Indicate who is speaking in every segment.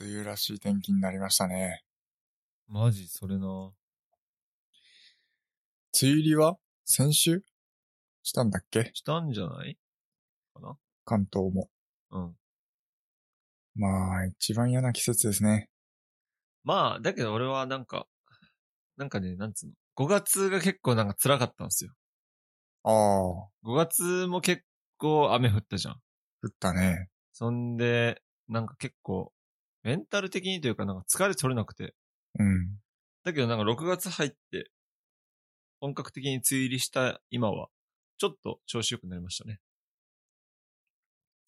Speaker 1: 梅雨らしい天気になりましたね。
Speaker 2: マジ、それな。
Speaker 1: 梅雨入りは先週したんだっけ
Speaker 2: したんじゃないかな
Speaker 1: 関東も。
Speaker 2: うん。
Speaker 1: まあ、一番嫌な季節ですね。
Speaker 2: まあ、だけど俺はなんか、なんかね、なんつうの。5月が結構なんか辛かったんですよ。
Speaker 1: ああ、
Speaker 2: 5月も結構雨降ったじゃん。
Speaker 1: 降ったね。
Speaker 2: そんで、なんか結構、メンタル的にというかなんか疲れ取れなくて。
Speaker 1: うん。
Speaker 2: だけどなんか6月入って、本格的に梅雨入りした今は、ちょっと調子良くなりましたね。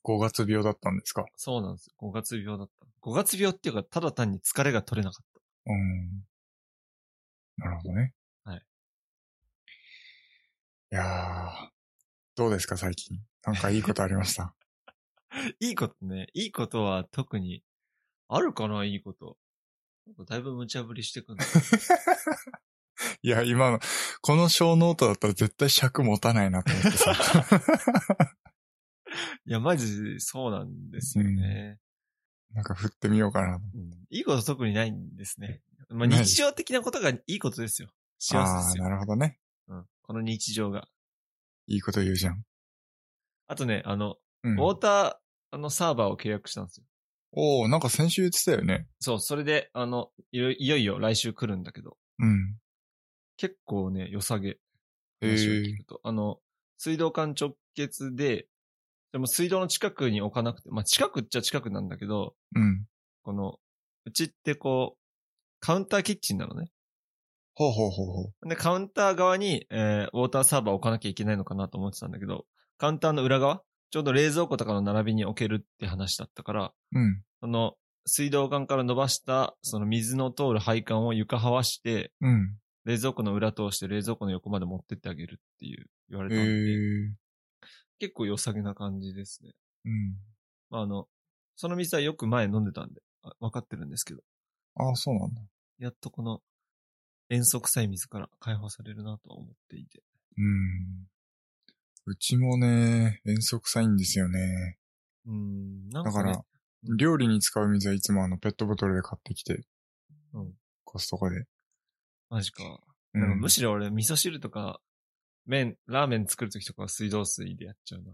Speaker 1: 5月病だったんですか
Speaker 2: そうなんですよ。5月病だった。5月病っていうか、ただ単に疲れが取れなかった。
Speaker 1: うん。なるほどね。
Speaker 2: はい。
Speaker 1: いやー、どうですか最近。なんかいいことありました
Speaker 2: いいことね。いいことは特に、あるかないいこと。なんかだいぶ無茶ぶりしてく んだ。
Speaker 1: いや、今の、この小ノートだったら絶対尺持たないなと思ってさ。
Speaker 2: いや、マジ、そうなんですよね、
Speaker 1: なんか振ってみようかな。
Speaker 2: うんいいこと特にないんですね。まあ、
Speaker 1: ない
Speaker 2: 日常的なことがいいことですよ。幸せで
Speaker 1: ああ
Speaker 2: す
Speaker 1: ー、
Speaker 2: よ、
Speaker 1: なるほどね。
Speaker 2: うん。この日常が。
Speaker 1: いいこと言うじゃん。
Speaker 2: あとね、あの、
Speaker 1: うん
Speaker 2: ウォーター、あの、サーバーを契約したんですよ。
Speaker 1: おおなんか先週言ってたよね。
Speaker 2: そう、それで、あの、いよいよいよ来週来るんだけど、
Speaker 1: うん。
Speaker 2: 結構ね、良さげ。
Speaker 1: へ
Speaker 2: 話を
Speaker 1: え
Speaker 2: 聞くと。あの、水道管直結で、でも水道の近くに置かなくて、まあ近くっちゃ近くなんだけど、
Speaker 1: うん。
Speaker 2: この、うちってこう、カウンターキッチンなのね。
Speaker 1: ほうほうほうほう。
Speaker 2: で、カウンター側に、えー、ウォーターサーバー置かなきゃいけないのかなと思ってたんだけど、カウンターの裏側、ちょうど冷蔵庫とかの並びに置けるって話だったから、
Speaker 1: うん。
Speaker 2: その、水道管から伸ばした、その水の通る配管を床はわして、
Speaker 1: うん。
Speaker 2: 冷蔵庫の裏通して冷蔵庫の横まで持ってってあげるっていう言われ
Speaker 1: へ
Speaker 2: たんで、
Speaker 1: え
Speaker 2: 結構良さげな感じですね。
Speaker 1: うん。
Speaker 2: まあ、あの、その水はよく前飲んでたんで、あわかってるんですけど、
Speaker 1: ああ、そうなんだ。
Speaker 2: やっとこの、塩素臭い水から解放されるなとは思っていて。
Speaker 1: うん。うちもね、遠足臭いんですよね。
Speaker 2: うーん、なん
Speaker 1: だ
Speaker 2: か、
Speaker 1: か
Speaker 2: ね、
Speaker 1: ら、料理に使う水はいつもあのペットボトルで買ってきて、
Speaker 2: うん
Speaker 1: コストコで。
Speaker 2: マジか。
Speaker 1: う
Speaker 2: なんかむ
Speaker 1: ん、
Speaker 2: しろ俺、味噌汁とか、麺、ラーメン作るときとかは水道水でやっちゃうな。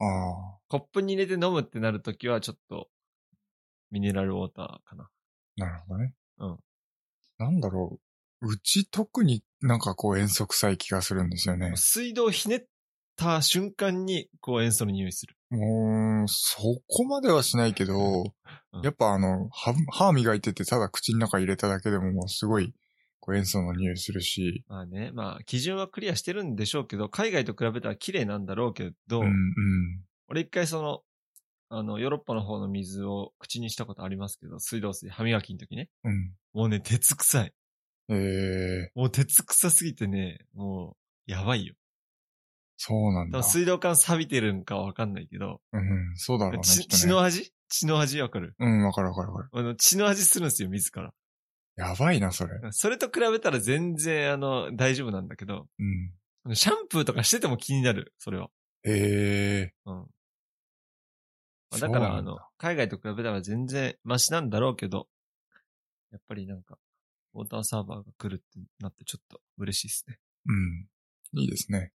Speaker 1: ああ、
Speaker 2: コップに入れて飲むってなるときは、ちょっと、ミネラルウォーターかな。
Speaker 1: なるほどね。
Speaker 2: うん。
Speaker 1: なんだろう。うち特になんかこう遠足臭い気がするんですよね。
Speaker 2: 水道をひねった瞬間に、こう塩素の匂いする。
Speaker 1: もう、そこまではしないけど、
Speaker 2: うん
Speaker 1: やっぱあの、歯、歯磨いててただ口の中入れただけでももうすごい、こう塩素の匂いするし、
Speaker 2: まあね、まあ、基準はクリアしてるんでしょうけど、海外と比べたら綺麗なんだろうけど、
Speaker 1: うんうん。
Speaker 2: 俺一回その、あの、ヨーロッパの方の水を口にしたことありますけど、水道水、歯磨きの時ね。
Speaker 1: うん。
Speaker 2: もうね、鉄臭い。
Speaker 1: えー、
Speaker 2: もう鉄臭すぎてね、もう、やばいよ。
Speaker 1: そうなんだ
Speaker 2: 多分。水道管錆びてるんかわかんないけど、
Speaker 1: うん、そうだろうね。き
Speaker 2: 血
Speaker 1: っと
Speaker 2: 血
Speaker 1: ね
Speaker 2: の味血の味わかる
Speaker 1: うん、わかるわかるわかる。
Speaker 2: あの血の味するんですよ、自ら。
Speaker 1: やばいな、それ。
Speaker 2: それと比べたら全然、あの、大丈夫なんだけど、
Speaker 1: うん。
Speaker 2: あのシャンプーとかしてても気になる、それは。
Speaker 1: え
Speaker 2: うん。まあ
Speaker 1: ー。
Speaker 2: だから、
Speaker 1: そうな
Speaker 2: あ
Speaker 1: んだ
Speaker 2: の、、海外と比べたら全然マシなんだろうけど、やっぱりなんか、ウォーターサーバーが来るってなってちょっと嬉しいですね。
Speaker 1: うん。いいですね。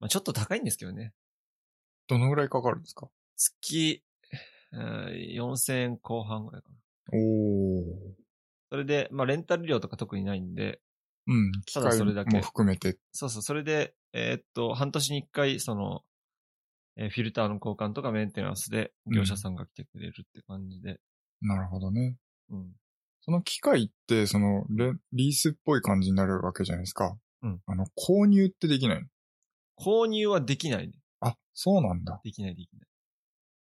Speaker 2: まあちょっと高いんですけどね。
Speaker 1: どのぐらいかかるんですか
Speaker 2: 月、えー4000円後半ぐらいかな。
Speaker 1: おー。
Speaker 2: それで、まあレンタル料とか特にないんで、
Speaker 1: うん、機
Speaker 2: ただ
Speaker 1: 械
Speaker 2: それだけ
Speaker 1: も含めて。
Speaker 2: そうそう、それで、えーっと、半年に一回、その、えーフィルターの交換とかメンテナンスで業者さんが来てくれるって感じで、
Speaker 1: なるほどね。
Speaker 2: うん。
Speaker 1: その機械って、そのレ、リースっぽい感じになるわけじゃないですか。
Speaker 2: うん
Speaker 1: あの、購入ってできないの
Speaker 2: 購入はできないね。
Speaker 1: あ、そうなんだ。
Speaker 2: できないできない。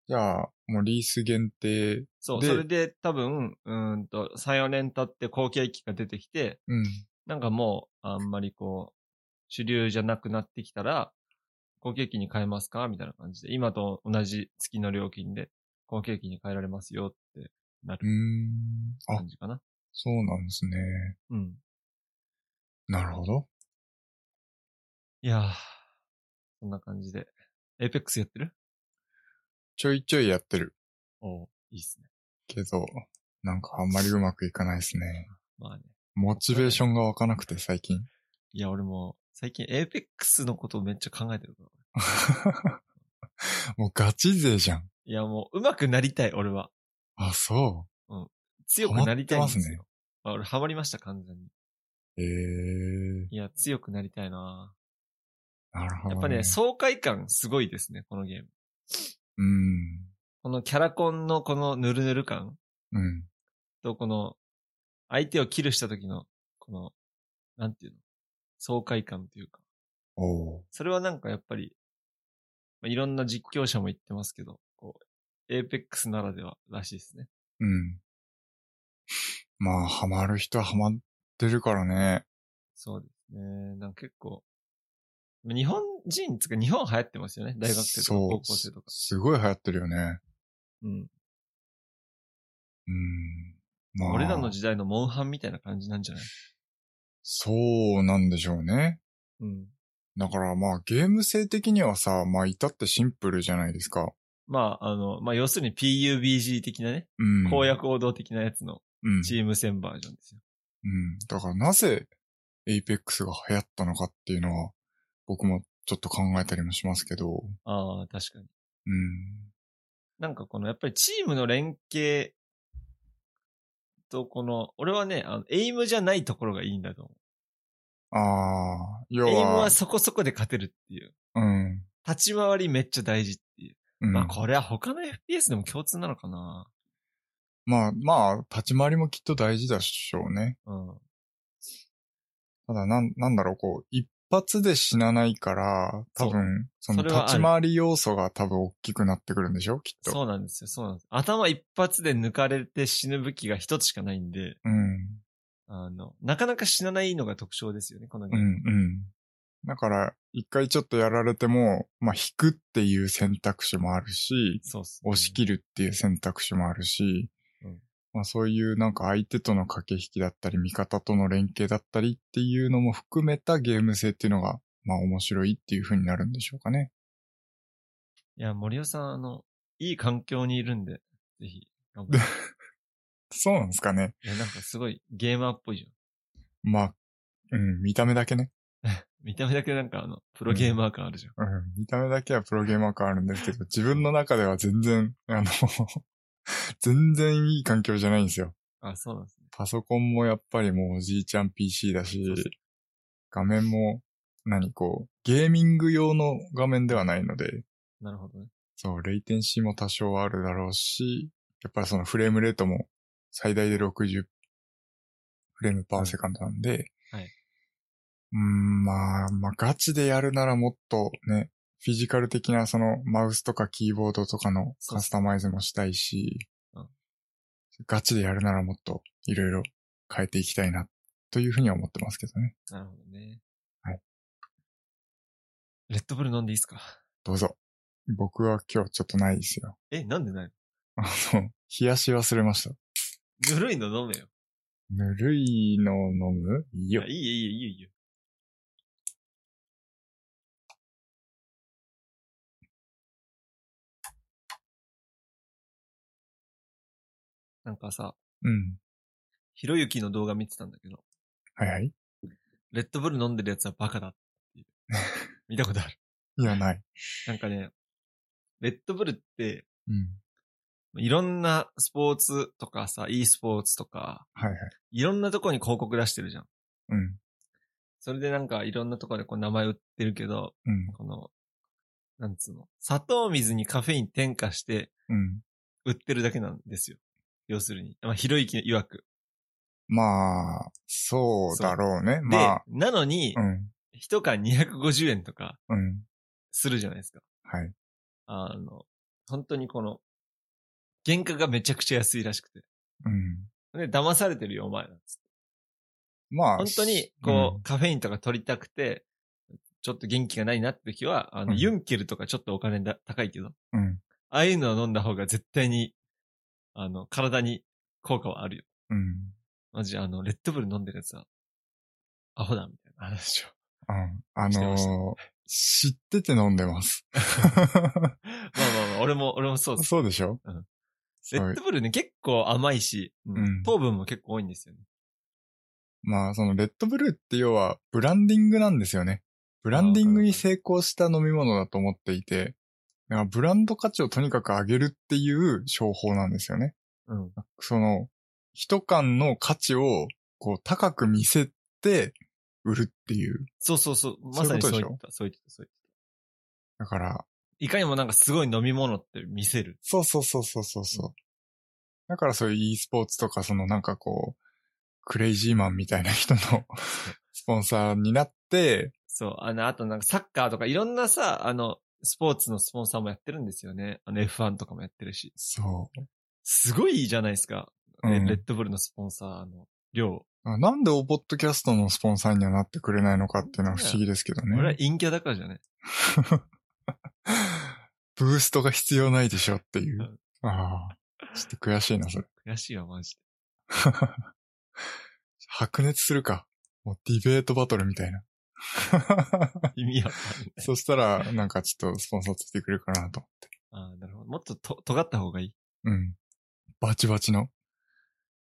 Speaker 1: じゃあ、もうリース限定。
Speaker 2: そう、
Speaker 1: で
Speaker 2: それで多分、うーんと、3、4年経って後継機が出てきて、
Speaker 1: うん。
Speaker 2: なんかもう、あんまりこう、主流じゃなくなってきたら、後継機に変えますかみたいな感じで、今と同じ月の料金で、後継機に変えられますよってな
Speaker 1: うー
Speaker 2: る
Speaker 1: ん。あ
Speaker 2: 感、じかな。
Speaker 1: そうなんですね。
Speaker 2: うん。
Speaker 1: なるほど。
Speaker 2: いやー、そんな感じで。エーペックスやってる
Speaker 1: ちょいちょいやってる。
Speaker 2: おーいいっすね。
Speaker 1: けど、なんかあんまりうまくいかないですね。
Speaker 2: まあね。
Speaker 1: モチベーションが湧かなくて最近。
Speaker 2: いや、俺も、最近エーペックスのことをめっちゃ考えてるから。
Speaker 1: もうガチ勢じゃん。
Speaker 2: いや、もう、上手くなりたい、俺は。
Speaker 1: あ、そ
Speaker 2: 強くなりたいんで
Speaker 1: ハ
Speaker 2: す
Speaker 1: マって
Speaker 2: よ。あ俺、ハマりました、完全に。
Speaker 1: う。ええ
Speaker 2: いや、強くなりたいな
Speaker 1: なるほど、
Speaker 2: やっぱね、爽快感すごいですね、このゲーム。
Speaker 1: うん。
Speaker 2: このキャラコンのこのヌルヌル感
Speaker 1: うん。
Speaker 2: と、この、相手をキルした時の、この、なんていうの、爽快感というか。
Speaker 1: おう。
Speaker 2: それはなんかやっぱり、まあ、いろんな実況者も言ってますけど、こう、エーペックスならではらしいですね。
Speaker 1: うん。まあ、ハマる人はハマってるからね。
Speaker 2: そうですね。なんか結構、日本人つうか日本流行ってますよね。大学生とか
Speaker 1: そう
Speaker 2: 高校生とか。
Speaker 1: すごい流行ってるよね。
Speaker 2: うん。
Speaker 1: うん。まあ、
Speaker 2: 俺らの時代のモンハンみたいな感じなんじゃない
Speaker 1: そうなんでしょうね。
Speaker 2: うん。
Speaker 1: だからまあ、ゲーム性的にはさ、まあ、至ってシンプルじゃないですか。
Speaker 2: まあ、あの、まあ、要するに PUBG 的なね、
Speaker 1: うん。
Speaker 2: 公約王道的なやつの
Speaker 1: うん。
Speaker 2: チーム戦バージョンですよ。
Speaker 1: うん。だからなぜ、エイペックスが流行ったのかっていうのは、僕もちょっと考えたりもしますけど、
Speaker 2: ああ、確かに。
Speaker 1: うん。
Speaker 2: なんかこの、やっぱりチームの連携と、この、俺はね、あの、エイムじゃないところがいいんだと思う。
Speaker 1: ああ、要
Speaker 2: エイム
Speaker 1: は
Speaker 2: は、そこそこで勝てるっていう。
Speaker 1: うん。
Speaker 2: 立ち回りめっちゃ大事っていう。
Speaker 1: うん、
Speaker 2: まあ、これは他の FPS でも共通なのかな。
Speaker 1: まあ、まあ、立ち回りもきっと大事だっしょうね。
Speaker 2: うん。
Speaker 1: ただ、なん、なんだろう、こう、一発で死なないから、多分、そ
Speaker 2: そ
Speaker 1: の
Speaker 2: うそれはある
Speaker 1: 立ち回り要素が多分大きくなってくるんでしょきっと。
Speaker 2: そうなんですよ、そうなんです。頭一発で抜かれて死ぬ武器が一つしかないんで、
Speaker 1: うん。
Speaker 2: あの、なかなか死なないのが特徴ですよね、このゲ
Speaker 1: う
Speaker 2: ー
Speaker 1: ん、
Speaker 2: ム。
Speaker 1: うん。だから、一回ちょっとやられても、まあ、引くっていう選択肢もあるし、
Speaker 2: そうっす、
Speaker 1: 押し切るっていう選択肢もあるし、
Speaker 2: うん
Speaker 1: まあそういうなんか相手との駆け引きだったり、味方との連携だったりっていうのも含めたゲーム性っていうのが、まあ面白いっていう風になるんでしょうかね。
Speaker 2: いや、森尾さん、あの、いい環境にいるんで、ぜひ、頑張って。
Speaker 1: そうなんですかね。
Speaker 2: いや、なんかすごいゲーマーっぽいじゃん。
Speaker 1: まあ、うん、見た目だけね。
Speaker 2: 見た目だけなんかあの、プロゲーマー感あるじゃん。
Speaker 1: うん、見た目だけはプロゲーマー感あるんですけど、自分の中では全然、あの、 全然いい環境じゃないんですよ。
Speaker 2: あ、そうなんですね。
Speaker 1: パソコンもやっぱりもうおじいちゃん PC だし
Speaker 2: そうそ、
Speaker 1: 画面も、何こう、ゲーミング用の画面ではないので、
Speaker 2: なるほどね。
Speaker 1: そう、レイテンシーも多少あるだろうし、やっぱりそのフレームレートも最大で60フレームパーセカンドなんで、
Speaker 2: はい。
Speaker 1: うーん、まあ、まあガチでやるならもっとね、フィジカル的なそのマウスとかキーボードとかの
Speaker 2: そう
Speaker 1: カスタマイズもしたいし、
Speaker 2: うん
Speaker 1: ガチでやるならもっといろいろ変えていきたいな、というふうには思ってますけどね。
Speaker 2: なるほどね。
Speaker 1: はい。
Speaker 2: レッドブル飲んでいいっすか
Speaker 1: どうぞ。僕は今日ちょっとないですよ。
Speaker 2: え、なんでない
Speaker 1: あの、冷やし忘れました。
Speaker 2: のぬるいの飲めよ。
Speaker 1: ぬるいの飲むいい
Speaker 2: い
Speaker 1: よ
Speaker 2: や、い。いよ、いいよ、いいよ、いいよ。なんかさ、
Speaker 1: うん。
Speaker 2: ひろゆきの動画見てたんだけど、
Speaker 1: はいはい。
Speaker 2: レッドブル飲んでるやつはバカだっ ていう。見たことある。
Speaker 1: いや、ない。
Speaker 2: なんかね、レッドブルって、
Speaker 1: うん。
Speaker 2: いろんなスポーツとかさ、e スポーツとか、
Speaker 1: はいはい。
Speaker 2: いろんなとこに広告出してるじゃん。
Speaker 1: うん。
Speaker 2: それでなんかいろんなとこでこう名前売ってるけど、
Speaker 1: うん。
Speaker 2: この、なんつうの、砂糖水にカフェイン添加して
Speaker 1: うん。
Speaker 2: 売ってるだけなんですよ。要するに。まあ、ひろゆき曰く。
Speaker 1: まあ、そうだろうね。
Speaker 2: で、
Speaker 1: まあ、
Speaker 2: なのに
Speaker 1: う、ん。
Speaker 2: 一缶250円とか
Speaker 1: うん。
Speaker 2: するじゃないですか。
Speaker 1: はい。
Speaker 2: あの、本当にこの、原価がめちゃくちゃ安いらしくて。
Speaker 1: うん。
Speaker 2: で、騙されてるよ、お前らっつって。
Speaker 1: まあ、
Speaker 2: 本当に、こう、カフェインとか取りたくて、ちょっと元気がないなって時は、あの、
Speaker 1: うん
Speaker 2: ユンケルとかちょっとお金だ高いけど、
Speaker 1: うん。うん。
Speaker 2: ああいうのを飲んだ方が絶対に、あの、体に効果はあるよ。
Speaker 1: うん。
Speaker 2: マジ、あの、レッドブル飲んでるやつは、アホだ、みたい な話を。
Speaker 1: うん。あ
Speaker 2: してました
Speaker 1: のー知 ってて飲んでます。
Speaker 2: まあまあまあ、俺も、俺もそうです。
Speaker 1: そうでしょ
Speaker 2: うんレッドブルね、結構甘いし、うん
Speaker 1: うん
Speaker 2: 糖分も結構多いんですよね。
Speaker 1: まあ、そのレッドブルーって要はブランディングなんですよね。ブランディングに成功した飲み物だと思っていて、だからブランド価値をとにかく上げるっていう商法なんですよね。
Speaker 2: うん。
Speaker 1: その、一缶の価値をこう高く見せて売るっていう。
Speaker 2: そうそうそう。まさに
Speaker 1: そう
Speaker 2: そう
Speaker 1: い
Speaker 2: いうっ
Speaker 1: こと
Speaker 2: た、そういった、そういっ
Speaker 1: だから、
Speaker 2: た。いかにもなんかすごい飲み物って見せる。
Speaker 1: そうそうそうそうそうそう。だからそういう e スポーツとか、そのなんかこう、クレイジーマンみたいな人の スポンサーになって、
Speaker 2: そう。あの、あとなんかサッカーとかいろんなさ、あの、スポーツのスポンサーもやってるんですよね。あの F1 とかもやってるし。
Speaker 1: そ
Speaker 2: すごいいいじゃないですか。
Speaker 1: う。う
Speaker 2: ね
Speaker 1: ん
Speaker 2: レッドブルのスポンサーの量。
Speaker 1: あなんでオポッドキャストのスポンサーにはなってくれないのかっていうのは不思議ですけど
Speaker 2: 俺は
Speaker 1: ね。
Speaker 2: 陰キャだからじゃない。
Speaker 1: ブーストが必要ないでしょっていう
Speaker 2: うん。
Speaker 1: ああ、ちょっと悔しいな、それ。
Speaker 2: 悔しいわ、マジで。
Speaker 1: 白熱するか。もうディベートバトルみたいな。
Speaker 2: 意味わかんない。
Speaker 1: そしたら、なんかちょっとスポンサーついてくれるかなと。
Speaker 2: ああ、なるほど。もっとと、尖った方がいい。
Speaker 1: うん。バチバチの。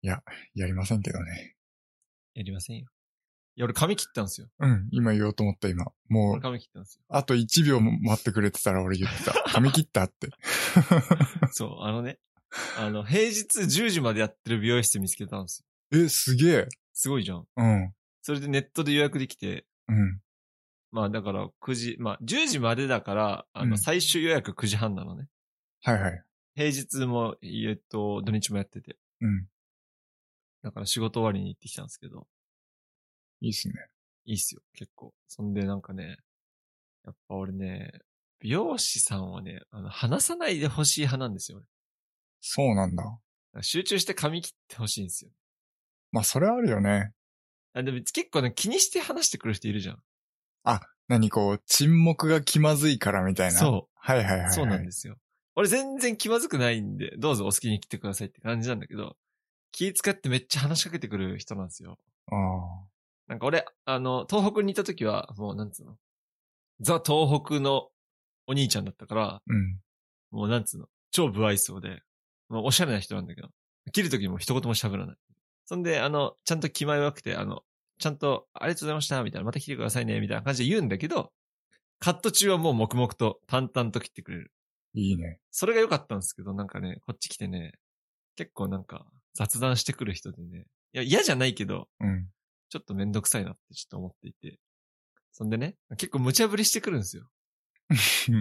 Speaker 1: いや、やりませんけどね。
Speaker 2: やりませんよ。いや、俺髪切ったんですよ。
Speaker 1: うん、今言おうと思った今。も
Speaker 2: 俺
Speaker 1: う、
Speaker 2: 髪切ったんですよ。
Speaker 1: あと1秒も待ってくれてたら俺言ってた。髪切ったって。
Speaker 2: そう、あのね。あの、平日10時までやってる美容室見つけたんですよ。
Speaker 1: え、すげえ。
Speaker 2: すごいじゃん。
Speaker 1: うん、
Speaker 2: それでネットで予約できて、
Speaker 1: うん。
Speaker 2: まあだから9時、まあ10時までだから、あ
Speaker 1: う
Speaker 2: の、
Speaker 1: ん
Speaker 2: 最終予約9時半なのね。
Speaker 1: はいはい。
Speaker 2: 平日も、えっと、土日もやってて。
Speaker 1: うん。
Speaker 2: だから仕事終わりに行ってきたんですけど、
Speaker 1: いいっすね。
Speaker 2: いいっすよ、結構。そんでなんかね、やっぱ俺ね、美容師さんはね、あの、話さないでほしい派なんですよ。俺
Speaker 1: そうなんだ。
Speaker 2: 集中して髪切ってほしいんですよ。
Speaker 1: まあ、それはあるよね。
Speaker 2: あ、でも結構ね、気にして話してくる人いるじゃん。
Speaker 1: 何こう、沈黙が気まずいからみたいな。う。
Speaker 2: そ
Speaker 1: はいはいはい、は
Speaker 2: う。
Speaker 1: い。
Speaker 2: そうなんですよ。俺全然気まずくないんで、どうぞお好きに来てくださいって感じなんだけど、気使ってめっちゃ話しかけてくる人なんですよ。
Speaker 1: ああ。
Speaker 2: なんか俺、あの、東北にいた時は、もうなんつうの。ザ東北のお兄ちゃんだったから、
Speaker 1: うん。
Speaker 2: もうなんつうの。超不愛想で、もうおしゃれな人なんだけど、切る時も一言も喋らない。そんで、あの、ちゃんと気前よくて、あの、ちゃんと、ありがとうございました、みたいな、また来てくださいね、みたいな感じで言うんだけど、カット中はもう黙々と淡々と切ってくれる。
Speaker 1: いいね。
Speaker 2: それが良かったんですけど、なんかね、こっち来てね、結構なんか雑談してくる人でね、いや、嫌じゃないけど、
Speaker 1: うん。
Speaker 2: ちょっとめんどくさいなってちょっと思っていて。そんでね、結構無茶ぶりしてくるんですよ。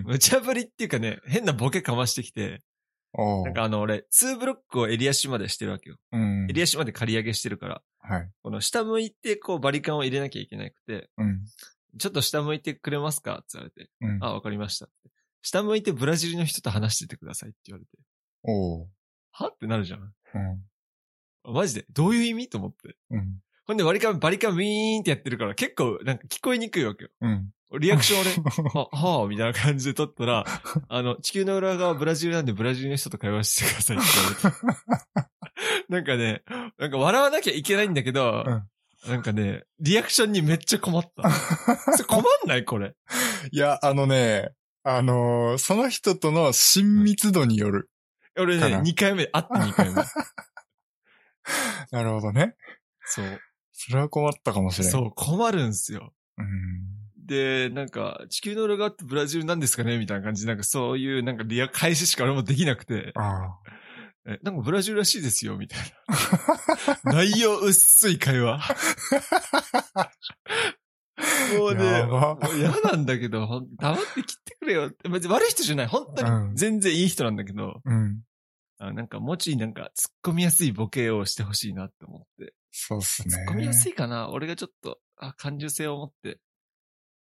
Speaker 2: 無茶ぶりっていうかね、変なボケかましてきて、
Speaker 1: お
Speaker 2: なんかあの俺、2ブロックを襟足までしてるわけよ。
Speaker 1: うん。
Speaker 2: 襟足まで刈り上げしてるから、
Speaker 1: はい。
Speaker 2: この下向いてこうバリカンを入れなきゃいけなくて、
Speaker 1: うん。
Speaker 2: ちょっと下向いてくれますかって言われて、
Speaker 1: うん。
Speaker 2: あ、わかりましたって。下向いてブラジルの人と話しててくださいって言われて、
Speaker 1: おう。
Speaker 2: はってなるじゃん。
Speaker 1: うん。
Speaker 2: マジでどういう意味と思って。
Speaker 1: うん。
Speaker 2: ほんで割りカン、バリカンウィーンってやってるから結構なんか聞こえにくいわけよ。
Speaker 1: うん。
Speaker 2: リアクション俺、 は、はあ、みたいな感じで撮ったら、あの、地球の裏側ブラジルなんでブラジルの人と会話してくださいって言わ れて。なんかね、なんか笑わなきゃいけないんだけど、なんかね、リアクションにめっちゃ困 った。それ困んないこれ。
Speaker 1: いや、あのね、あのーその人との親密度による。
Speaker 2: 俺
Speaker 1: か
Speaker 2: ね、
Speaker 1: な
Speaker 2: 2回目、会って2回目。
Speaker 1: なるほどね。
Speaker 2: そう。
Speaker 1: それは困ったかもしれん。
Speaker 2: そう、困るんすよ。
Speaker 1: うん。
Speaker 2: で、なんか、地球の裏側ってブラジルなんですかねみたいな感じで、なんかそういう、なんかリア、返ししか俺もできなくて、
Speaker 1: あ
Speaker 2: え、なんかブラジルらしいですよ、みたいな。内容薄い会話。もうね、
Speaker 1: やば
Speaker 2: もう嫌なんだけど、ほん黙って切ってくれよって。別に悪い人じゃない。本当
Speaker 1: う
Speaker 2: に
Speaker 1: ん
Speaker 2: 全然いい人なんだけど、
Speaker 1: あ。うん。
Speaker 2: あなんかもうちょいなんか突っ込みやすいボケをしてほしいなって思って。
Speaker 1: そうっすね
Speaker 2: 突っ。込みやすいかな俺がちょっと、あ、感受性を持って、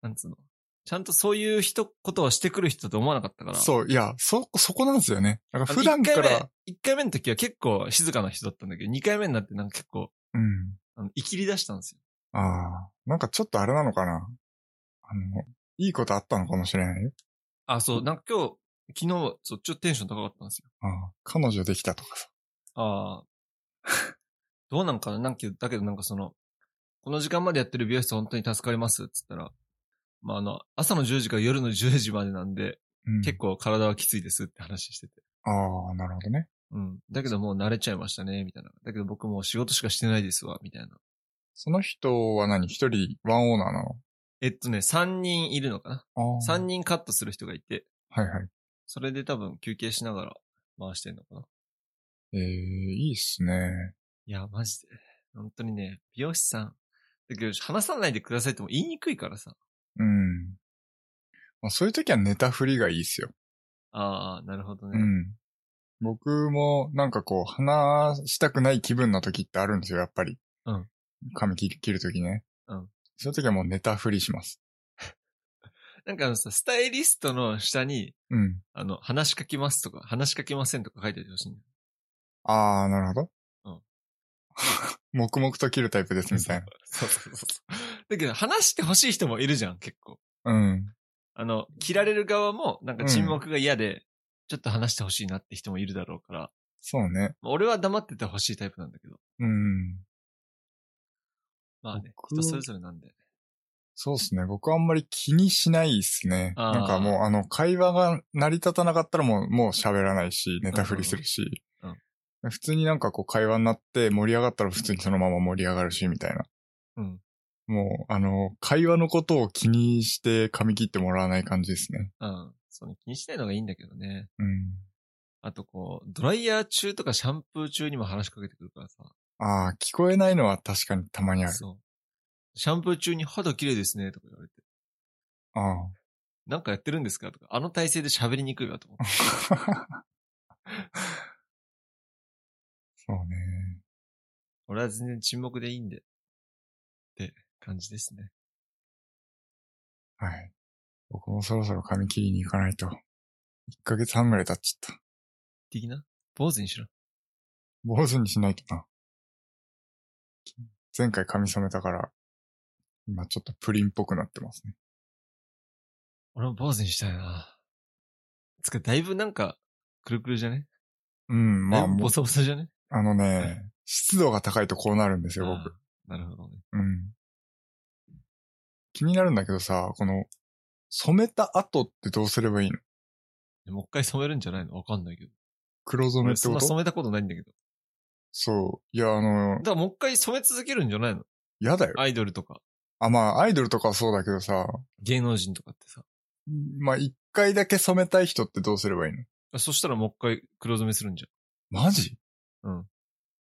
Speaker 2: なんつうの。ちゃんとそういう一言をしてくる人と思わなかったから。う。
Speaker 1: そう、いや、そ、そこなんですよね。だから普段か
Speaker 2: 1回
Speaker 1: ら、
Speaker 2: 目、一回目の時は結構静かな人だったんだけど、2回目になってなんか結構、
Speaker 1: うん。
Speaker 2: あの、いきり出したんですよ。
Speaker 1: ああ。なんかちょっとあれなのかな。あの、いいことあったのかもしれないよ。
Speaker 2: あ、そう、なんか今日、昨日、そう、ちょっとテンション高かったんですよ。
Speaker 1: ああ。彼女できたとかさ。
Speaker 2: ああ。 どうなんかななんか、だけどなんかその、この時間までやってる美容室本当に助かりますっつったら、まあ、あの、朝の10時から夜の10時までなんで、
Speaker 1: うん、
Speaker 2: 結構体はきついですって話してて。
Speaker 1: ああ、なるほどね。
Speaker 2: うん。だけどもう慣れちゃいましたね、みたいな。だけど僕もう仕事しかしてないですわ、みたいな。
Speaker 1: その人は何一人ワンオーナーなの
Speaker 2: えっとね、3人いるのかな
Speaker 1: あー
Speaker 2: ?3 人カットする人がいて、
Speaker 1: はいはい。
Speaker 2: それで多分休憩しながら回してんのかな
Speaker 1: えー、いいっすね。
Speaker 2: いや、マジで。本当にね、美容師さん。だけど、話さないでくださいっても言いにくいからさ。
Speaker 1: うん。まあ、そういう時はネタ振りがいいっすよ。
Speaker 2: ああ、なるほど
Speaker 1: う
Speaker 2: ね。
Speaker 1: ん。僕もなんかこう、話したくない気分な時ってあるんですよ、やっぱり。
Speaker 2: うん。
Speaker 1: 髪切切る時ね。
Speaker 2: うん。
Speaker 1: そういう時はもうネタ振りします。
Speaker 2: なんかあのさ、スタイリストの下に、
Speaker 1: うん。
Speaker 2: あの、話しかけますとか、話しかけませんとか書いておいてほしいん だよ
Speaker 1: あー、なるほど。
Speaker 2: うん。
Speaker 1: 黙々と切るタイプですみたい
Speaker 2: そうそうそうそう。だけど、話してほしい人もいるじゃん、結構。
Speaker 1: な。うん。
Speaker 2: あの、切られる側も、なんか沈黙が嫌で、ちょっと話してほしいなって人もいるだろうから、
Speaker 1: そうね。
Speaker 2: まあ俺は黙っててほしいタイプなんだけど。
Speaker 1: うん。
Speaker 2: まあね、
Speaker 1: 僕
Speaker 2: 人それぞれなんで。
Speaker 1: そうっすね。僕はあんまり気にしないっすね。
Speaker 2: あー
Speaker 1: なんかもう、あの、会話が成り立たなかったらもう、もう喋らないし、ネタ振りするし。
Speaker 2: うん
Speaker 1: 普通になんかこう会話になって盛り上がったら普通にそのまま盛り上がるし、みたいな。
Speaker 2: うん。
Speaker 1: もう、あの、会話のことを気にして噛み切ってもらわない感じですね。
Speaker 2: うん。その気にしないのがいいんだけどね。
Speaker 1: うん。
Speaker 2: あとこう、ドライヤー中とかシャンプー中にも話しかけてくるからさ。
Speaker 1: ああ、聞こえないのは確かにたまにある。
Speaker 2: そう。シャンプー中に肌綺麗ですね、とか言われて。
Speaker 1: あ
Speaker 2: なんかやってるんですかとか、あの体勢で喋りにくいわと思 って。
Speaker 1: あ。 そうね。
Speaker 2: 俺は全然沈黙でいいんで。って感じですね。
Speaker 1: はい。僕もそろそろ髪切りに行かないと。1ヶ月半ぐらい経っちゃった。
Speaker 2: 的な坊主にしろ。
Speaker 1: 坊主にしないとな。前回髪染めたから、今ちょっとプリンっぽくなってますね。
Speaker 2: 俺も坊主にしたいな。つか、だいぶなんか、くるくるじゃね
Speaker 1: うん、まあ
Speaker 2: まあ、
Speaker 1: もう
Speaker 2: ボ、サボサじゃね
Speaker 1: あのね、湿度が高いとこうなるんですよ、僕。
Speaker 2: あーなるほどね。
Speaker 1: うん。気になるんだけどさ、この、染めた後ってどうすればいいの
Speaker 2: でもう一回染めるんじゃないのわかんないけど。
Speaker 1: 黒染め
Speaker 2: 俺
Speaker 1: って
Speaker 2: そん
Speaker 1: こ
Speaker 2: な染
Speaker 1: と
Speaker 2: めたことないんだけど。
Speaker 1: そう。いや、あの
Speaker 2: だ、からもう一回染め続けるんじゃないの
Speaker 1: 嫌だよ。
Speaker 2: アイドルとか、
Speaker 1: あ、まあ、アイドルとかはそうだけどさ、
Speaker 2: 芸能人とかってさ。
Speaker 1: まあ、一回だけ染めたい人ってどうすればいいの
Speaker 2: そしたらもう一回黒染めするんじ
Speaker 1: マジ
Speaker 2: うん。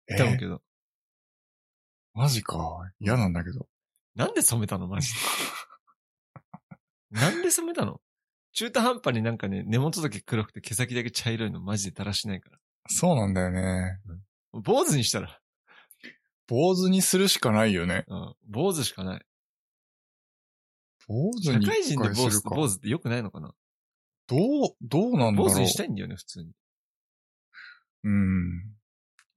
Speaker 1: え
Speaker 2: ゃん。多分
Speaker 1: ー、
Speaker 2: けど。
Speaker 1: マジか。嫌なんだけど。
Speaker 2: なんで染めたのマ ジで。なんで染めたの中途半端になんかね、根元だけ黒くて毛先だけ茶色いのマジでだらしないから。
Speaker 1: そうなんだよね。
Speaker 2: もう坊主にしたら。
Speaker 1: 坊主にするしかないよね。
Speaker 2: うん。坊主しかない。
Speaker 1: 坊主
Speaker 2: 社
Speaker 1: に
Speaker 2: 会
Speaker 1: 一
Speaker 2: 人で
Speaker 1: 回す
Speaker 2: 坊主
Speaker 1: る
Speaker 2: って
Speaker 1: か。
Speaker 2: 坊主って良くないのかな
Speaker 1: どう、どうなんだろう。
Speaker 2: 坊主にしたいんだよね、普通に。
Speaker 1: うん。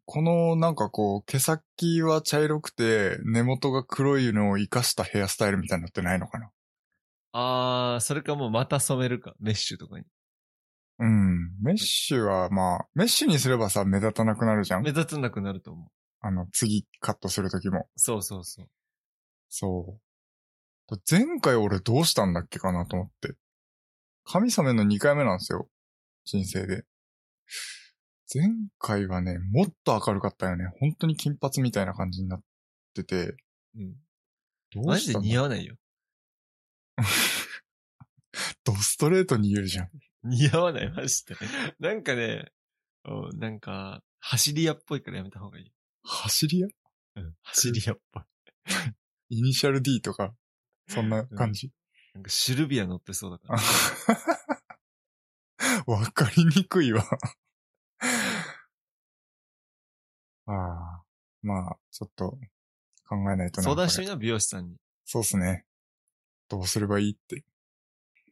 Speaker 1: このなんかこう、毛先は茶色くて、根元が黒いのを活かしたヘアスタイルみたいなのってないのかな
Speaker 2: あー、それかもうまた染めるか。メッシュとかに。
Speaker 1: うん。メッシュはまあ、メッシュにすればさ、目立たなくなるじゃん
Speaker 2: 目。立たなくなると思う。
Speaker 1: あの、次カットするときも。
Speaker 2: そうそうそう。
Speaker 1: そう。前回俺どうしたんだっけかなと思って。神様の2回目なんですよ。人生で。前回はね、もっと明るかったよね。本当に金髪みたいな感じになってて。
Speaker 2: うん。
Speaker 1: ど
Speaker 2: マ
Speaker 1: う
Speaker 2: ジ
Speaker 1: し
Speaker 2: で
Speaker 1: たの
Speaker 2: 似合わないよ。
Speaker 1: ドストレートに言えるじゃん。
Speaker 2: 似合わない、マジで。なんかね、うんなんか、走り屋っぽいからやめた方がいい。
Speaker 1: 走り屋
Speaker 2: 走り屋っぽい。
Speaker 1: イニシャル D とか、そんな感じ。
Speaker 2: なんかシルビア乗ってそうだから。
Speaker 1: わかりにくいわ。 ああ。まあ、ちょっと、考えないとな。
Speaker 2: 相談して
Speaker 1: これ
Speaker 2: みな、美容師さんに。
Speaker 1: そうっすね。どうすればいいって。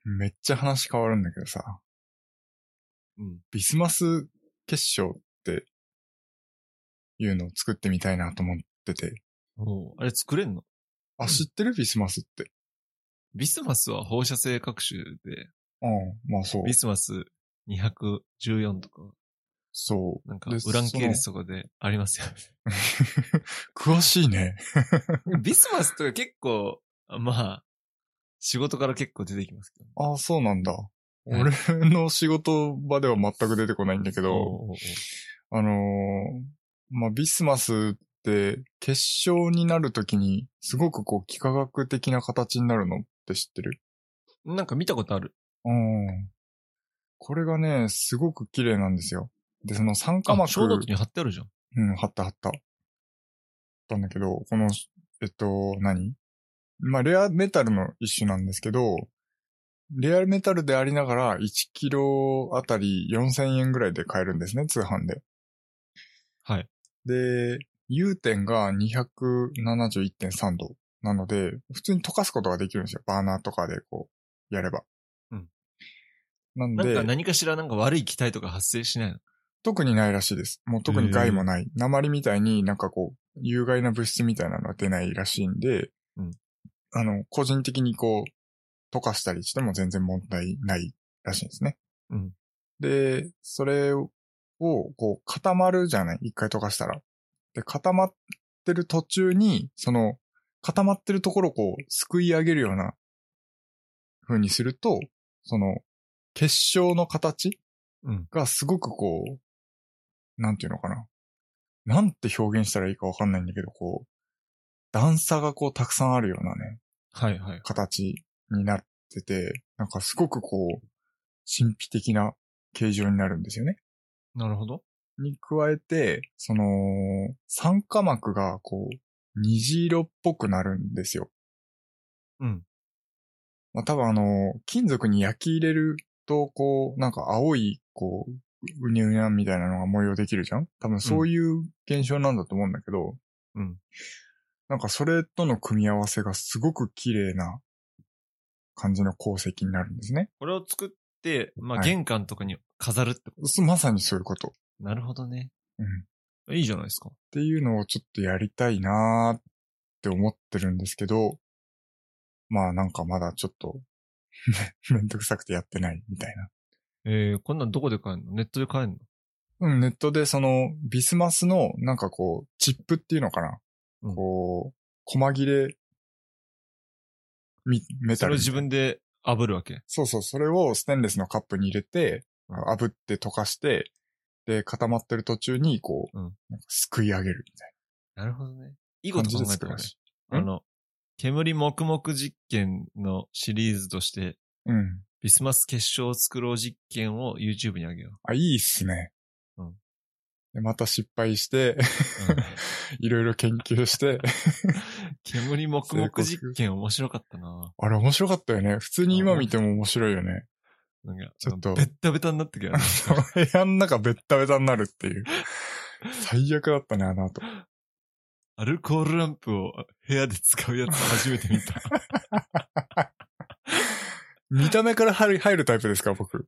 Speaker 1: めっちゃ話変わるんだけどさ、
Speaker 2: うん。
Speaker 1: ビスマス結晶って、いうのを作ってみたいなと思ってて。
Speaker 2: もう、あれ作れんの
Speaker 1: あ、知ってるビスマスって。
Speaker 2: ビスマスは放射性各種で、
Speaker 1: うん、まあそう
Speaker 2: ビ。スマス214とか、
Speaker 1: そう。
Speaker 2: なんか
Speaker 1: で、
Speaker 2: ウラン系列とかでありますよね。
Speaker 1: 詳しいね。
Speaker 2: ビスマスとか結構、まあ、仕事から結構出てきますけど。
Speaker 1: ああ、そうなんだ。
Speaker 2: うん
Speaker 1: 俺の仕事場では全く出てこないんだけど、
Speaker 2: おうおう
Speaker 1: あのーまあ、ビスマスって決勝になるときにすごくこう幾何学的な形になるのって知ってる
Speaker 2: なんか見たことある。
Speaker 1: うん。これがね、すごく綺麗なんですよ。で、その酸化
Speaker 2: あ、
Speaker 1: 膜。
Speaker 2: 小道に貼ってあるじゃん。
Speaker 1: うん、貼った貼った。貼ったんだけど、この、えっと、何まあ、レアメタルの一種なんですけど、レアメタルでありながら1キロあたり4000円ぐらいで買えるんですね、通販で。
Speaker 2: はい。
Speaker 1: で、融点が271.3度なので、普通に溶かすことができるんですよ。バーナーとかでこう、やれば。
Speaker 2: うん。
Speaker 1: なん
Speaker 2: なん
Speaker 1: で、
Speaker 2: か何かしらなんか悪い気体とか発生しないの
Speaker 1: 特にないらしいです。もう特に害もない。鉛みたいになんかこう、有害な物質みたいなのは出ないらしいんで、
Speaker 2: うん
Speaker 1: あの、個人的にこう、溶かしたりしても全然問題ないらしいんですね。
Speaker 2: うん
Speaker 1: で、それを、こう、固まるじゃない一回溶かしたら。で、固まってる途中に、その、固まってるところをこう、すくい上げるような風にすると、その、結晶の形
Speaker 2: うん
Speaker 1: がすごくこう、なんていうのかな。なんて表現したらいいかわかんないんだけど、こう、段差がこうたくさんあるようなね、
Speaker 2: はいはい。
Speaker 1: 形になってて、なんかすごくこう、神秘的な形状になるんですよね。
Speaker 2: なるほど。
Speaker 1: に加えて、その、酸化膜がこう、虹色っぽくなるんですよ。
Speaker 2: うん。
Speaker 1: まあ、多分あの、金属に焼き入れると、こう、なんか青い、こう、うにゃうにゃみたいなのが模様できるじゃん多分そういう現象なんだと思うんだけど、
Speaker 2: うん。
Speaker 1: なんかそれとの組み合わせがすごく綺麗な感じの鉱石になるんですね。
Speaker 2: これを作って、まあ、
Speaker 1: はい
Speaker 2: 玄関とかに飾るってこ
Speaker 1: そまさにそういうこと。っ
Speaker 2: と。なるほどね。
Speaker 1: う
Speaker 2: いいじゃないですか。
Speaker 1: ていうのをちょっとやりたいなーって思ってるんですけど、まあなんかまだちょっと、 めんどくさくてやってないみたいな。
Speaker 2: えー、こんなんどこで買えるのネットで買えるの
Speaker 1: うん、ネットでその、ビスマスの、なんかこう、チップっていうのかな、
Speaker 2: うん
Speaker 1: こう、細切れ、み、メ
Speaker 2: そ
Speaker 1: タ
Speaker 2: れを
Speaker 1: ルみたいな。
Speaker 2: 自分で炙るわけ。
Speaker 1: そうそう、それをステンレスのカップに入れて、
Speaker 2: うん
Speaker 1: 炙って溶かして、で、固まってる途中に、こう、
Speaker 2: うん
Speaker 1: なんかすくい上げるみたい
Speaker 2: なるほどね。いい
Speaker 1: な
Speaker 2: こ
Speaker 1: 感じ
Speaker 2: と考
Speaker 1: で
Speaker 2: え
Speaker 1: 作
Speaker 2: た
Speaker 1: る
Speaker 2: ね
Speaker 1: ら。し
Speaker 2: あの、煙黙々実験のシリーズとして、
Speaker 1: い。うん。
Speaker 2: ビスマス結晶を作ろう実験を YouTube にあげよ
Speaker 1: あ、いいっすね。
Speaker 2: うん
Speaker 1: でまた失敗して、
Speaker 2: う。うん
Speaker 1: いろいろ研究して、
Speaker 2: 煙黙々実験面白かったな
Speaker 1: あれ面白かったよね。普通に今見ても面白いよね。
Speaker 2: なんか、
Speaker 1: ちょっと
Speaker 2: ベッタベタになってくるよ
Speaker 1: あ
Speaker 2: ね。
Speaker 1: の部屋の中ベッタベタになるって いう。最悪だったね、あの後。
Speaker 2: アルコールランプを部屋で使うやつ初めて見 た。
Speaker 1: 見た目から入る入るタイプですか、僕。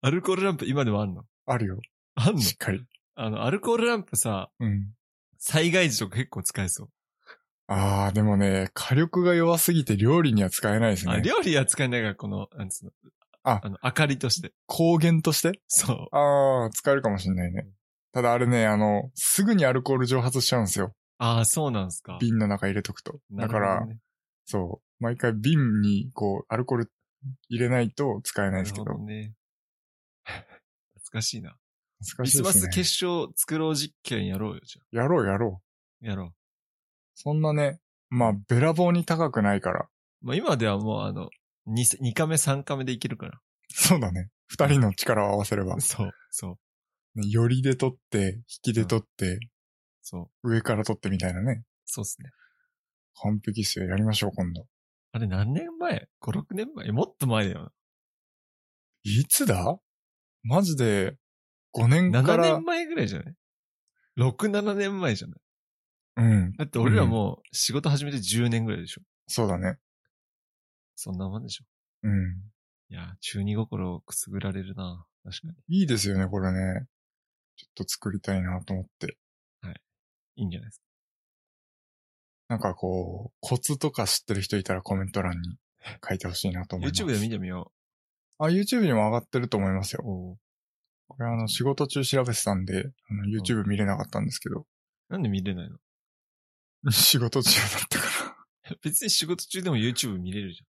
Speaker 2: アルコールランプ今でもあんの
Speaker 1: あるよ。
Speaker 2: あんの
Speaker 1: しっかり。
Speaker 2: あの、アルコールランプさ、
Speaker 1: うん。
Speaker 2: 災害時とか結構使えそう。
Speaker 1: あー、でもね、火力が弱すぎて料理には使えないです
Speaker 2: あ、
Speaker 1: ね。
Speaker 2: 料理は使えないから、この、なんつうの。
Speaker 1: あ
Speaker 2: あの、明かりとして。
Speaker 1: 光源として
Speaker 2: そ
Speaker 1: あー、使えるかもしんないね。ただあれね、あの、すぐにアルコール蒸発しちゃうんですよ。
Speaker 2: う。ああ、そうなんすか。
Speaker 1: 瓶の中入れとくと。だか
Speaker 2: なる
Speaker 1: ら
Speaker 2: ほど、ね
Speaker 1: そう。毎回瓶に、こう、アルコール入れないと使えないですけど。
Speaker 2: なるほね。懐かしいな。
Speaker 1: 難
Speaker 2: ビ
Speaker 1: し
Speaker 2: ス
Speaker 1: いで
Speaker 2: マ
Speaker 1: す
Speaker 2: ス
Speaker 1: ね。
Speaker 2: 決勝作ろう実験やろうよ、じゃ
Speaker 1: やろうやろ
Speaker 2: あ。やろ
Speaker 1: う。そんなね、まあ、べらぼうに高くないから。
Speaker 2: う。まあ今ではもうあの、2、二カメ3カメでいけるから。
Speaker 1: そうだね。二人の力を合わせれば。
Speaker 2: そう、そう、
Speaker 1: ねよりで取って、引きで取って、
Speaker 2: そう、
Speaker 1: 上から取ってみたいなね。
Speaker 2: そうっすね。
Speaker 1: 完璧っすよ。やりましょう、今度。
Speaker 2: あれ何年前 ?5、6年前えもっと前だよ
Speaker 1: いつだマジで、5年
Speaker 2: な。
Speaker 1: か
Speaker 2: 7
Speaker 1: ら
Speaker 2: 年、前ぐらいじゃない ?6、7年前じゃない
Speaker 1: うん、
Speaker 2: だって俺らもう仕事始めて10年ぐらいでしょ。
Speaker 1: そうだね。
Speaker 2: そんなもんでしょ。
Speaker 1: うん。
Speaker 2: いやー、中二心をくすぐられるな確かに。
Speaker 1: いいですよね、これね。ちょっと作りたいなと思って。
Speaker 2: いいんじゃないですか。
Speaker 1: なんかこう、コツとか知ってる人いたらコメント欄に書いてほしいなと思います。
Speaker 2: YouTube で見てみよ
Speaker 1: あ、YouTube にも上がってると思います
Speaker 2: う。
Speaker 1: よ。
Speaker 2: おー
Speaker 1: これあの、仕事中調べてたんで、あの、YouTube 見れなかったんですけど、
Speaker 2: なんで見れないの
Speaker 1: 仕事中だったから。
Speaker 2: 別に仕事中でも YouTube 見れるじ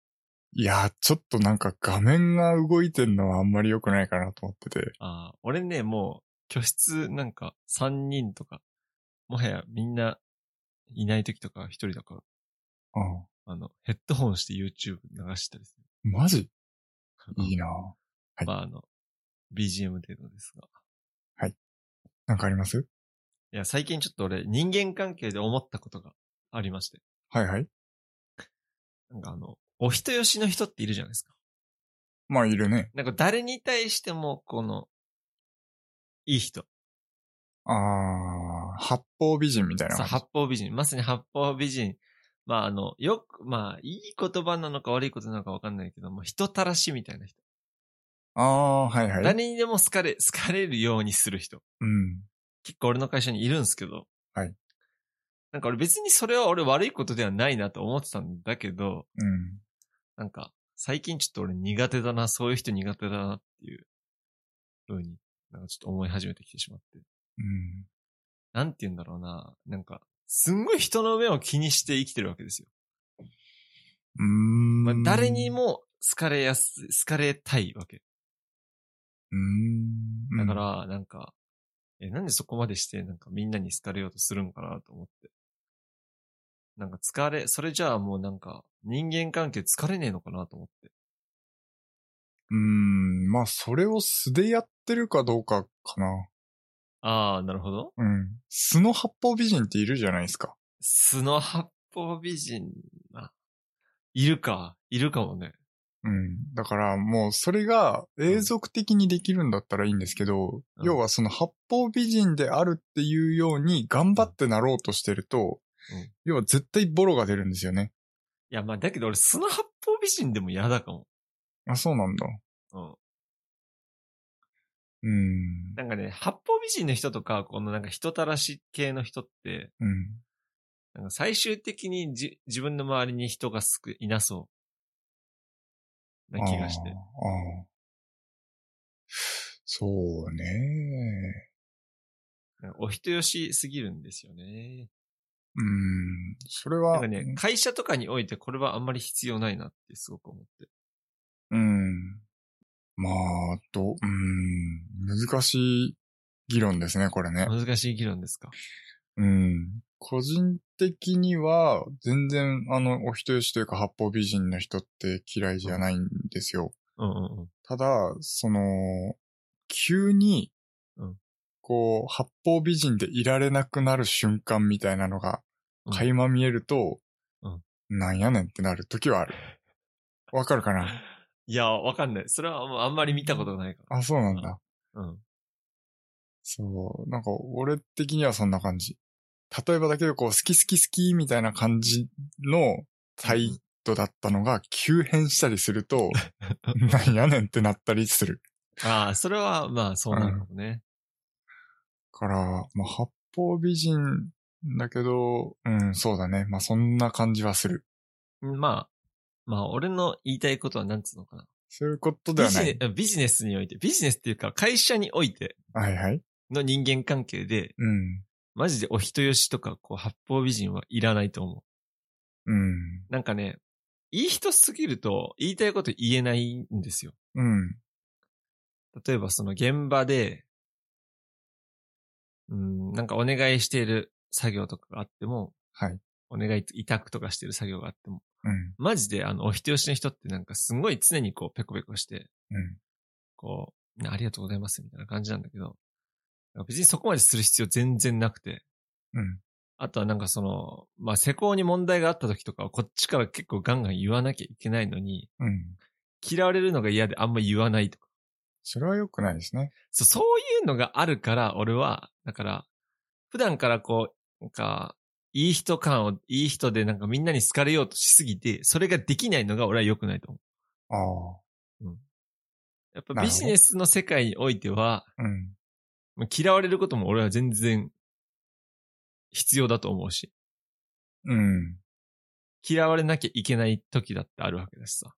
Speaker 1: いやー、ちょっとなんか画面が動いてんのはあんまり良くないかなと思ってて。
Speaker 2: ゃん。ああ、俺ね、もう居室なんか3人とか、もはやみんないない時とか一人だから、
Speaker 1: うん。
Speaker 2: あの、ヘッドホンして YouTube 流したりする。
Speaker 1: マジいいなぁはい
Speaker 2: まああの、BGM 程度ですが。
Speaker 1: なんかあります
Speaker 2: いや、最近ちょっと俺、人間関係で思ったことがありまして。
Speaker 1: はいはい。
Speaker 2: なんかあの、お人よしの人っているじゃないですか。
Speaker 1: まあ、いるね。
Speaker 2: なんか誰に対しても、この、いい人。
Speaker 1: あー、八方美人みたいな
Speaker 2: そう、
Speaker 1: 感じ。
Speaker 2: 八方美人。まさに八方美人。まああの、よく、まあ、いい言葉なのか悪いことなのかわかんないけども、人たらしみたいな人。
Speaker 1: あー、はいはい。
Speaker 2: 誰にでも好かれ、 好かれるようにする人。
Speaker 1: うん。
Speaker 2: 結構俺の会社にいるんですけど。
Speaker 1: はい。
Speaker 2: なんか俺別にそれは俺悪いことではないなと思ってたんだけど、
Speaker 1: うん。
Speaker 2: なんか、最近ちょっと俺苦手だな、そういう人苦手だなっていう風に、なんかちょっと思い始めてきてしまって。
Speaker 1: うん。
Speaker 2: なんて言うんだろうな。なんか、すんごい人の目を気にして生きてるわけですよ。
Speaker 1: うーん。
Speaker 2: まあ、誰に。も好かれやす、好かれたいわけ。
Speaker 1: うーん。
Speaker 2: だか、ら、なんか、え、なんでそこまでして、なんかみんなに好かれようとするんかなと思って。なんか疲れ、それじゃあもうなんか、人間関係疲れねえのかなと思って。
Speaker 1: うーん。まあ、それを素でやってるかどうかかな。
Speaker 2: ああ、なるほど。
Speaker 1: うん。素の八方美人っているじゃないですか。
Speaker 2: 素の八方美人な。いるか、いるかもね。
Speaker 1: うん。だからもうそれが永続的にできるんだったらいいんですけど、
Speaker 2: うん
Speaker 1: 要はその八方美人であるっていうように頑張ってなろうとしてると、
Speaker 2: うん
Speaker 1: 要は絶対ボロが出るんですよね。
Speaker 2: いや、まあ、だけど俺、素の八方美人でも嫌だかも。
Speaker 1: あ、そうなんだ。
Speaker 2: うん。
Speaker 1: うん。
Speaker 2: なんかね、八方美人の人とか、このなんか人たらし系の人って、
Speaker 1: うん。
Speaker 2: なんか最終的にじ自分の周りに人が少いなそう。な気がし
Speaker 1: あー
Speaker 2: て
Speaker 1: あ。ーそうね。
Speaker 2: なんかお人よしすぎるんですよね。
Speaker 1: うん。それ
Speaker 2: なん
Speaker 1: は、
Speaker 2: かね、会社とかにおいてこれはあんまり必要ないなってすごく思って。
Speaker 1: うん。まあ、と、うん。難しい議論ですね、これね。
Speaker 2: 難しい議論ですか。
Speaker 1: うん。個人的には、全然、あの、お人よしというか、八方美人の人って嫌いじゃないんですよ。
Speaker 2: うんうん
Speaker 1: ただ、その、急に
Speaker 2: うん、
Speaker 1: こう、八方美人でいられなくなる瞬間みたいなのが、
Speaker 2: うん
Speaker 1: 垣間見えると、
Speaker 2: うん
Speaker 1: なんやねんってなる時はある。わかるか
Speaker 2: うん
Speaker 1: な。
Speaker 2: いや、わかんない。それはもうあんまり見たことないか
Speaker 1: あ、そうなんだ。
Speaker 2: ら。うん。
Speaker 1: そう。なんか、俺的にはそんな感じ。例えばだけど、こう、好き好き好きみたいな感じの態度だったのが、急変したりすると、 なんやねんってなったりする。
Speaker 2: ああ、それは、まあ、そうなのかもね。
Speaker 1: から、まあ、八方美人だけど、うん、そうだね。まあ、そんな感じはする。
Speaker 2: まあ、まあ、俺の言いたいことはなんつうのかな。
Speaker 1: そういうことで
Speaker 2: ビ
Speaker 1: はな
Speaker 2: ジ
Speaker 1: い。
Speaker 2: ネビジネスにおいて、ビジネスっていうか、会社において
Speaker 1: はいはい。
Speaker 2: の人間関係で、
Speaker 1: うん。
Speaker 2: マジでお人よしとか、こう、八方美人はいらないと思
Speaker 1: うん。
Speaker 2: う。なんかね、いい人すぎると、言いたいこと言えないんですよ。
Speaker 1: うん。
Speaker 2: 例えば、その現場で、うん、なんかお願いしている作業とかがあっても、
Speaker 1: はい。
Speaker 2: お願い委託とかしてる作業があっても、
Speaker 1: うん。
Speaker 2: マジで、あの、お人よしの人ってなんかすごい常にこう、ペコペコして、
Speaker 1: うん。
Speaker 2: こう、ありがとうございますみたいな感じなんだけど、別にそこまでする必要全然なくて、
Speaker 1: うん。
Speaker 2: あとはなんかその、まあ、施工に問題があった時とかはこっちから結構ガンガン言わなきゃいけないのに、
Speaker 1: うん。
Speaker 2: 嫌われるのが嫌であんま言わないとか。
Speaker 1: それは良くないですね。
Speaker 2: そう、そういうのがあるから、俺は、だから、普段からこう、なんか、いい人感を、いい人でなんかみんなに好かれようとしすぎて、それができないのが俺は良くないと思う。
Speaker 1: あ
Speaker 2: やっぱ
Speaker 1: なる
Speaker 2: ビ
Speaker 1: ほど
Speaker 2: ジネスの世界においては、
Speaker 1: あ。うん。
Speaker 2: まあ嫌われることも俺は全然必要だと思うし、
Speaker 1: うん。
Speaker 2: 嫌われなきゃいけない時だってあるわけだしさ。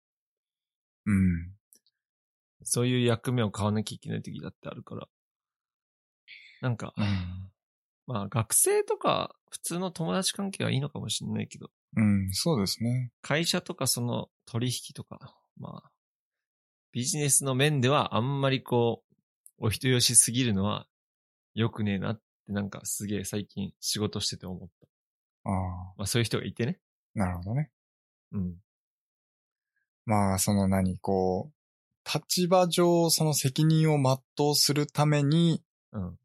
Speaker 1: うん。
Speaker 2: そういう役目を買わなきゃいけない時だってあるから。なんか、
Speaker 1: うん
Speaker 2: まあ学生とか普通の友達関係はいいのかもしれないけど、
Speaker 1: うん、そうですね。
Speaker 2: 会社とかその取引とか、まあ、ビジネスの面ではあんまりこう、お人よしすぎるのは良くねえなってなんかすげえ最近仕事してて思った。
Speaker 1: ああ、
Speaker 2: まあそういう人がいてね。
Speaker 1: なるほどね。
Speaker 2: うん。
Speaker 1: まあ、その何、こう、立場上、その責任を全うするために、
Speaker 2: うん。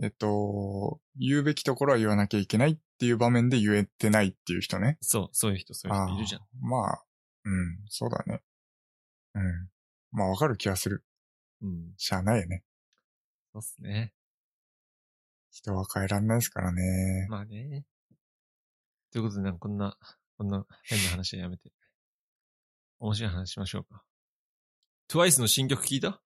Speaker 1: えっと、言うべきところは言わなきゃいけないっていう場面で言えてないっていう人ね。
Speaker 2: そう、そういう人、そういう人いるじゃん。
Speaker 1: まあ、うん、そうだね。うん。まあ、わかる気がする。
Speaker 2: うん。
Speaker 1: しゃあないよね。
Speaker 2: そうっすね。
Speaker 1: 人は変えらんないですからね。
Speaker 2: まあね。ということで、なんかこんな、こんな変な話はやめて。面白い話しましょうか。TWICE の新曲聞いた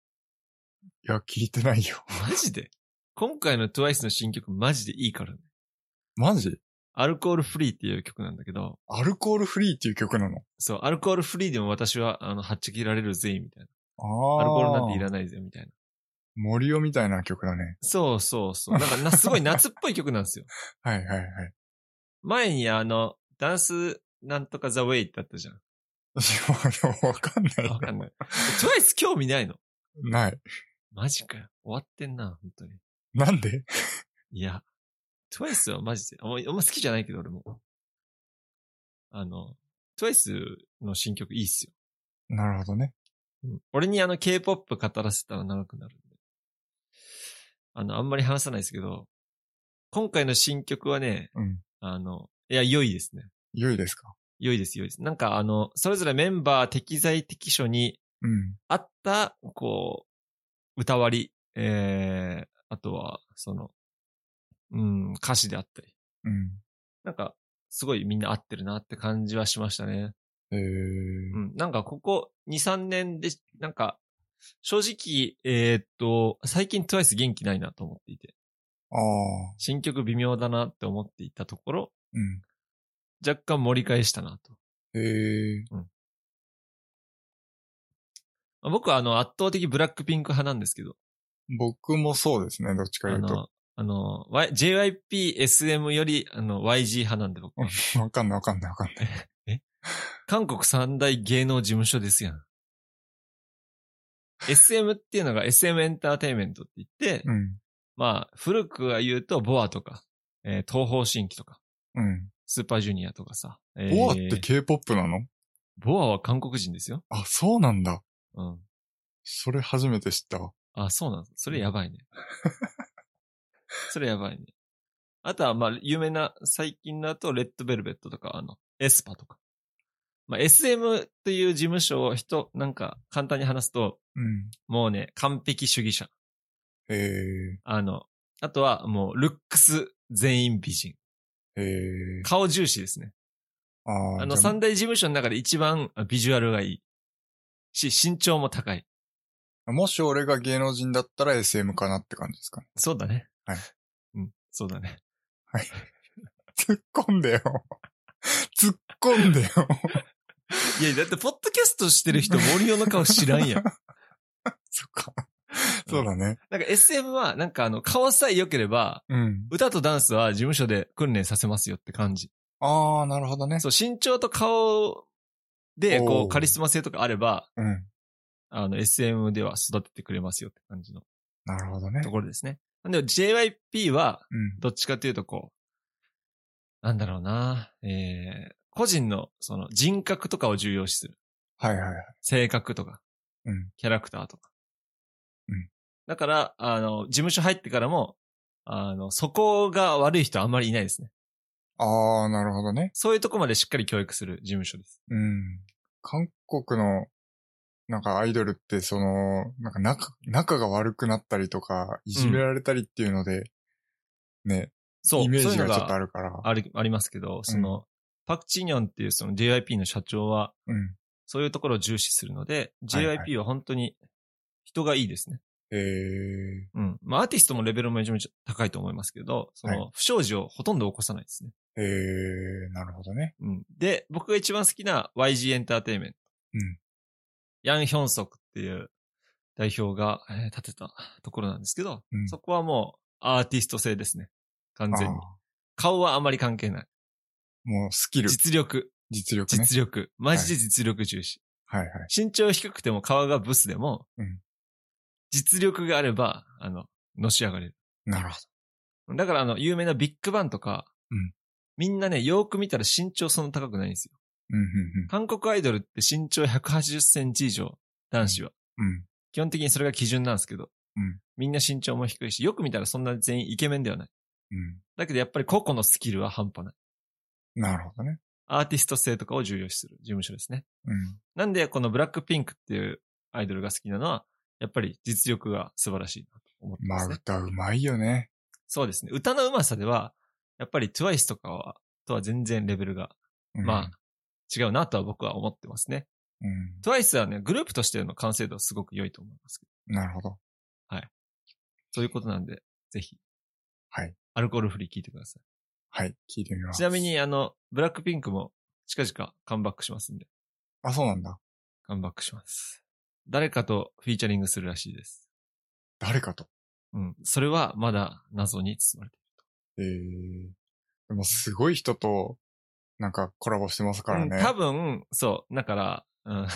Speaker 1: いや、聞いてないよ。
Speaker 2: マジで今回の TWICE の新曲マジでいいからね。
Speaker 1: マジ
Speaker 2: アルコールフリーっていう曲なんだけど、
Speaker 1: アルコールフリーっていう曲なの
Speaker 2: そう、アルコールフリーでも私は、あの、はっちゃけられるぜ、みたい
Speaker 1: あ
Speaker 2: な。
Speaker 1: あ。
Speaker 2: アルコールなんていらないぜ、みたいな。
Speaker 1: 森尾みたいな曲だね。
Speaker 2: そうそうそう。なんかな、すごい夏っぽい曲なんですよ。
Speaker 1: はいはいはい。
Speaker 2: 前にあの、ダンスなんとかザ・ウェイってあったじゃん。
Speaker 1: 私もあ のわかんない
Speaker 2: わ
Speaker 1: よ。
Speaker 2: かんない。トワイス興味ないの
Speaker 1: ない。
Speaker 2: マジかよ。終わってんな、本当に。
Speaker 1: なんで
Speaker 2: いや、トワイスはマジで、あんまあんま好きじゃないけど俺も。あの、トワイスの新曲いいっすよ。
Speaker 1: なるほどね。
Speaker 2: 俺にあの K-POP 語らせたら長くなるんで。あの、あんまり話さないですけど、今回の新曲はね、
Speaker 1: うん
Speaker 2: あの、いや、良いですね。
Speaker 1: 良いですか
Speaker 2: 良いです、良いです。なんかあの、それぞれメンバー適材適所に
Speaker 1: うん。
Speaker 2: あった、こう、歌割り、えー、あとは、その、うん、歌詞であったり。
Speaker 1: うん。
Speaker 2: なんか、すごいみんな合ってるなって感じはしましたね。
Speaker 1: え
Speaker 2: う
Speaker 1: ー、
Speaker 2: ん。なんか、ここ2、3年で、なんか、正直、えーっと、最近 TWICE 元気ないなと思っていて、
Speaker 1: ああ、
Speaker 2: 新曲微妙だなって思っていたところ、
Speaker 1: うん。
Speaker 2: 若干盛り返したなと。
Speaker 1: えー、
Speaker 2: まあ僕はあの、圧倒的ブラックピンク派なんですけど、
Speaker 1: 僕もそうですね、どっちか
Speaker 2: あ
Speaker 1: 言うと。
Speaker 2: の、あの、Y- JYP、SM より、あの、YG 派なんで僕は。
Speaker 1: わかんないわかんないわかんない。
Speaker 2: 韓国三大芸能事務所で すやん。SM っていうのが SM エンターテインメントって言って、
Speaker 1: うん。
Speaker 2: まあ、古くは言うと、ボアとか、えー東方神起とか、
Speaker 1: うん。
Speaker 2: スーパージュニアとかさ。えー
Speaker 1: ボアって K-POP なの
Speaker 2: ボアは韓国人ですよ。
Speaker 1: あ、そうなんだ。
Speaker 2: うん。
Speaker 1: それ初めて知ったわ。
Speaker 2: あ、そうなんです。それやばいね。それやばいね。あとは、まあ、有名な、最近だと、レッドベルベットとか、あの、エスパとか。まあ、SM という事務所を人、なんか、簡単に話すと、
Speaker 1: うん。
Speaker 2: もうね、完璧主義者。
Speaker 1: え
Speaker 2: あの、あとは、もう、ルックス全員美人。
Speaker 1: ー、えー、
Speaker 2: 顔重視ですね。
Speaker 1: あー
Speaker 2: あの、
Speaker 1: じゃ
Speaker 2: 三大事務所の中で一番ビジュアルがいい。し、身長も高い。
Speaker 1: あもし俺が芸能人だったら SM かなって感じですかね。
Speaker 2: そうだね。
Speaker 1: はい。
Speaker 2: うん、そうだね。
Speaker 1: 突っ込んでよ。突っ込んでよ。
Speaker 2: いや、だって、ポッドキャストしてる 人、森尾の顔知らん やん。
Speaker 1: そっか。そうだね。
Speaker 2: なんか SM は、なんかあの、顔さえ良ければ、
Speaker 1: うん。
Speaker 2: 歌とダンスは事務所で訓練させますよって感じ。
Speaker 1: ああ、なるほどね。
Speaker 2: そう、身長と顔で、こ
Speaker 1: おー
Speaker 2: う、カリスマ性とかあれば、
Speaker 1: うん。
Speaker 2: あの、SM では育ててくれますよって感じの
Speaker 1: なるほどね
Speaker 2: と。ころですね。なんで、JYP は、
Speaker 1: うん。
Speaker 2: どっちかというとこう、なんだろうな、えー、個人の、その、人格とかを重要視する。
Speaker 1: はいはいはい。
Speaker 2: 性格とか、
Speaker 1: うん
Speaker 2: キャラクターとか。
Speaker 1: うん
Speaker 2: だから、あの、事務所入ってからも、あの、そこが悪い人あんまりいないですね。
Speaker 1: ああ、なるほどね。
Speaker 2: そういうとこまでしっかり教育する事務所です。
Speaker 1: うん。韓国の、なんかアイドルって、その、なんか仲、仲が悪くなったりとか、いじめられたりっていうので、ね、
Speaker 2: そう、
Speaker 1: イメー
Speaker 2: そうい
Speaker 1: ジ
Speaker 2: うの
Speaker 1: がちょっとあ
Speaker 2: が
Speaker 1: るから。
Speaker 2: ある、ありますけど、その、パクチニョンっていうその JYP の社長は、
Speaker 1: うん。
Speaker 2: そういうところを重視するので、
Speaker 1: はいはい
Speaker 2: JYP は本当に人がいいですね。
Speaker 1: えー、
Speaker 2: うん。まあ、アーティストもレベルもめちゃめちゃ高いと思いますけど、そ
Speaker 1: は
Speaker 2: の、不祥事をほとんど起こさないですね。
Speaker 1: えー、なるほどね。
Speaker 2: うん。で、僕が一番好きな YG エンターテインメント。
Speaker 1: うん
Speaker 2: ヤン・ヒョンソクっていう代表が、えー立てたところなんですけど、
Speaker 1: うん
Speaker 2: そこはもうアーティスト性ですね。完全に
Speaker 1: あ。ー
Speaker 2: 顔はあまり関係ない。
Speaker 1: もうスキル、
Speaker 2: 実力、
Speaker 1: 実力ね。
Speaker 2: 実力。マジで実力重視。
Speaker 1: はいはい。
Speaker 2: 身長低くても顔がブスでも、
Speaker 1: うん
Speaker 2: 実力があれば、あの、のし上がれる。
Speaker 1: なるほど。
Speaker 2: だからあの、有名なビッグバンとか、
Speaker 1: うん
Speaker 2: みんなね、よーく見たら身長そんな高くないんですよ。
Speaker 1: うん、うん、
Speaker 2: 韓国アイドルって身長180センチ以上、男子は。
Speaker 1: うん。うん。
Speaker 2: 基本的にそれが基準なんですけど、
Speaker 1: うん
Speaker 2: みんな身長も低いし、よく見たらそんな全員イケメンではない。
Speaker 1: う
Speaker 2: だけどやっぱり個々のスキルは半端ない。
Speaker 1: ん。なるほどね。
Speaker 2: アーティスト性とかを重要視する事務所ですね。
Speaker 1: うん。
Speaker 2: なんでこのブラックピンクっていうアイドルが好きなのは、やっぱり実力が素晴らしいなと思ってま
Speaker 1: まあ、
Speaker 2: すね。
Speaker 1: 歌うまいよね。
Speaker 2: そうですね。歌のうまさでは、やっぱり TWICE とかは、とは全然レベルが、
Speaker 1: うん、
Speaker 2: まあ、違うなとは僕は思ってますね。
Speaker 1: うん。
Speaker 2: TWICE はね、グループとしての完成度はすごく良いと思いますけど。
Speaker 1: なるほど。
Speaker 2: そういうことなんで、ぜひ。
Speaker 1: はい。
Speaker 2: アルコールフリー聞いてください。
Speaker 1: はい。聞いてみます。
Speaker 2: ちなみ。に、あの、ブラックピンクも近々カムバックしますんで、
Speaker 1: あ、そうなんだ。
Speaker 2: カムバックします。誰かとフィーチャリングするらしいです。
Speaker 1: 誰かと。
Speaker 2: うん。それはまだ謎に包まれてる。
Speaker 1: えー。でも、すごい人と、なんか、コラボしてますからね。
Speaker 2: うん多分、そう。だから、うん。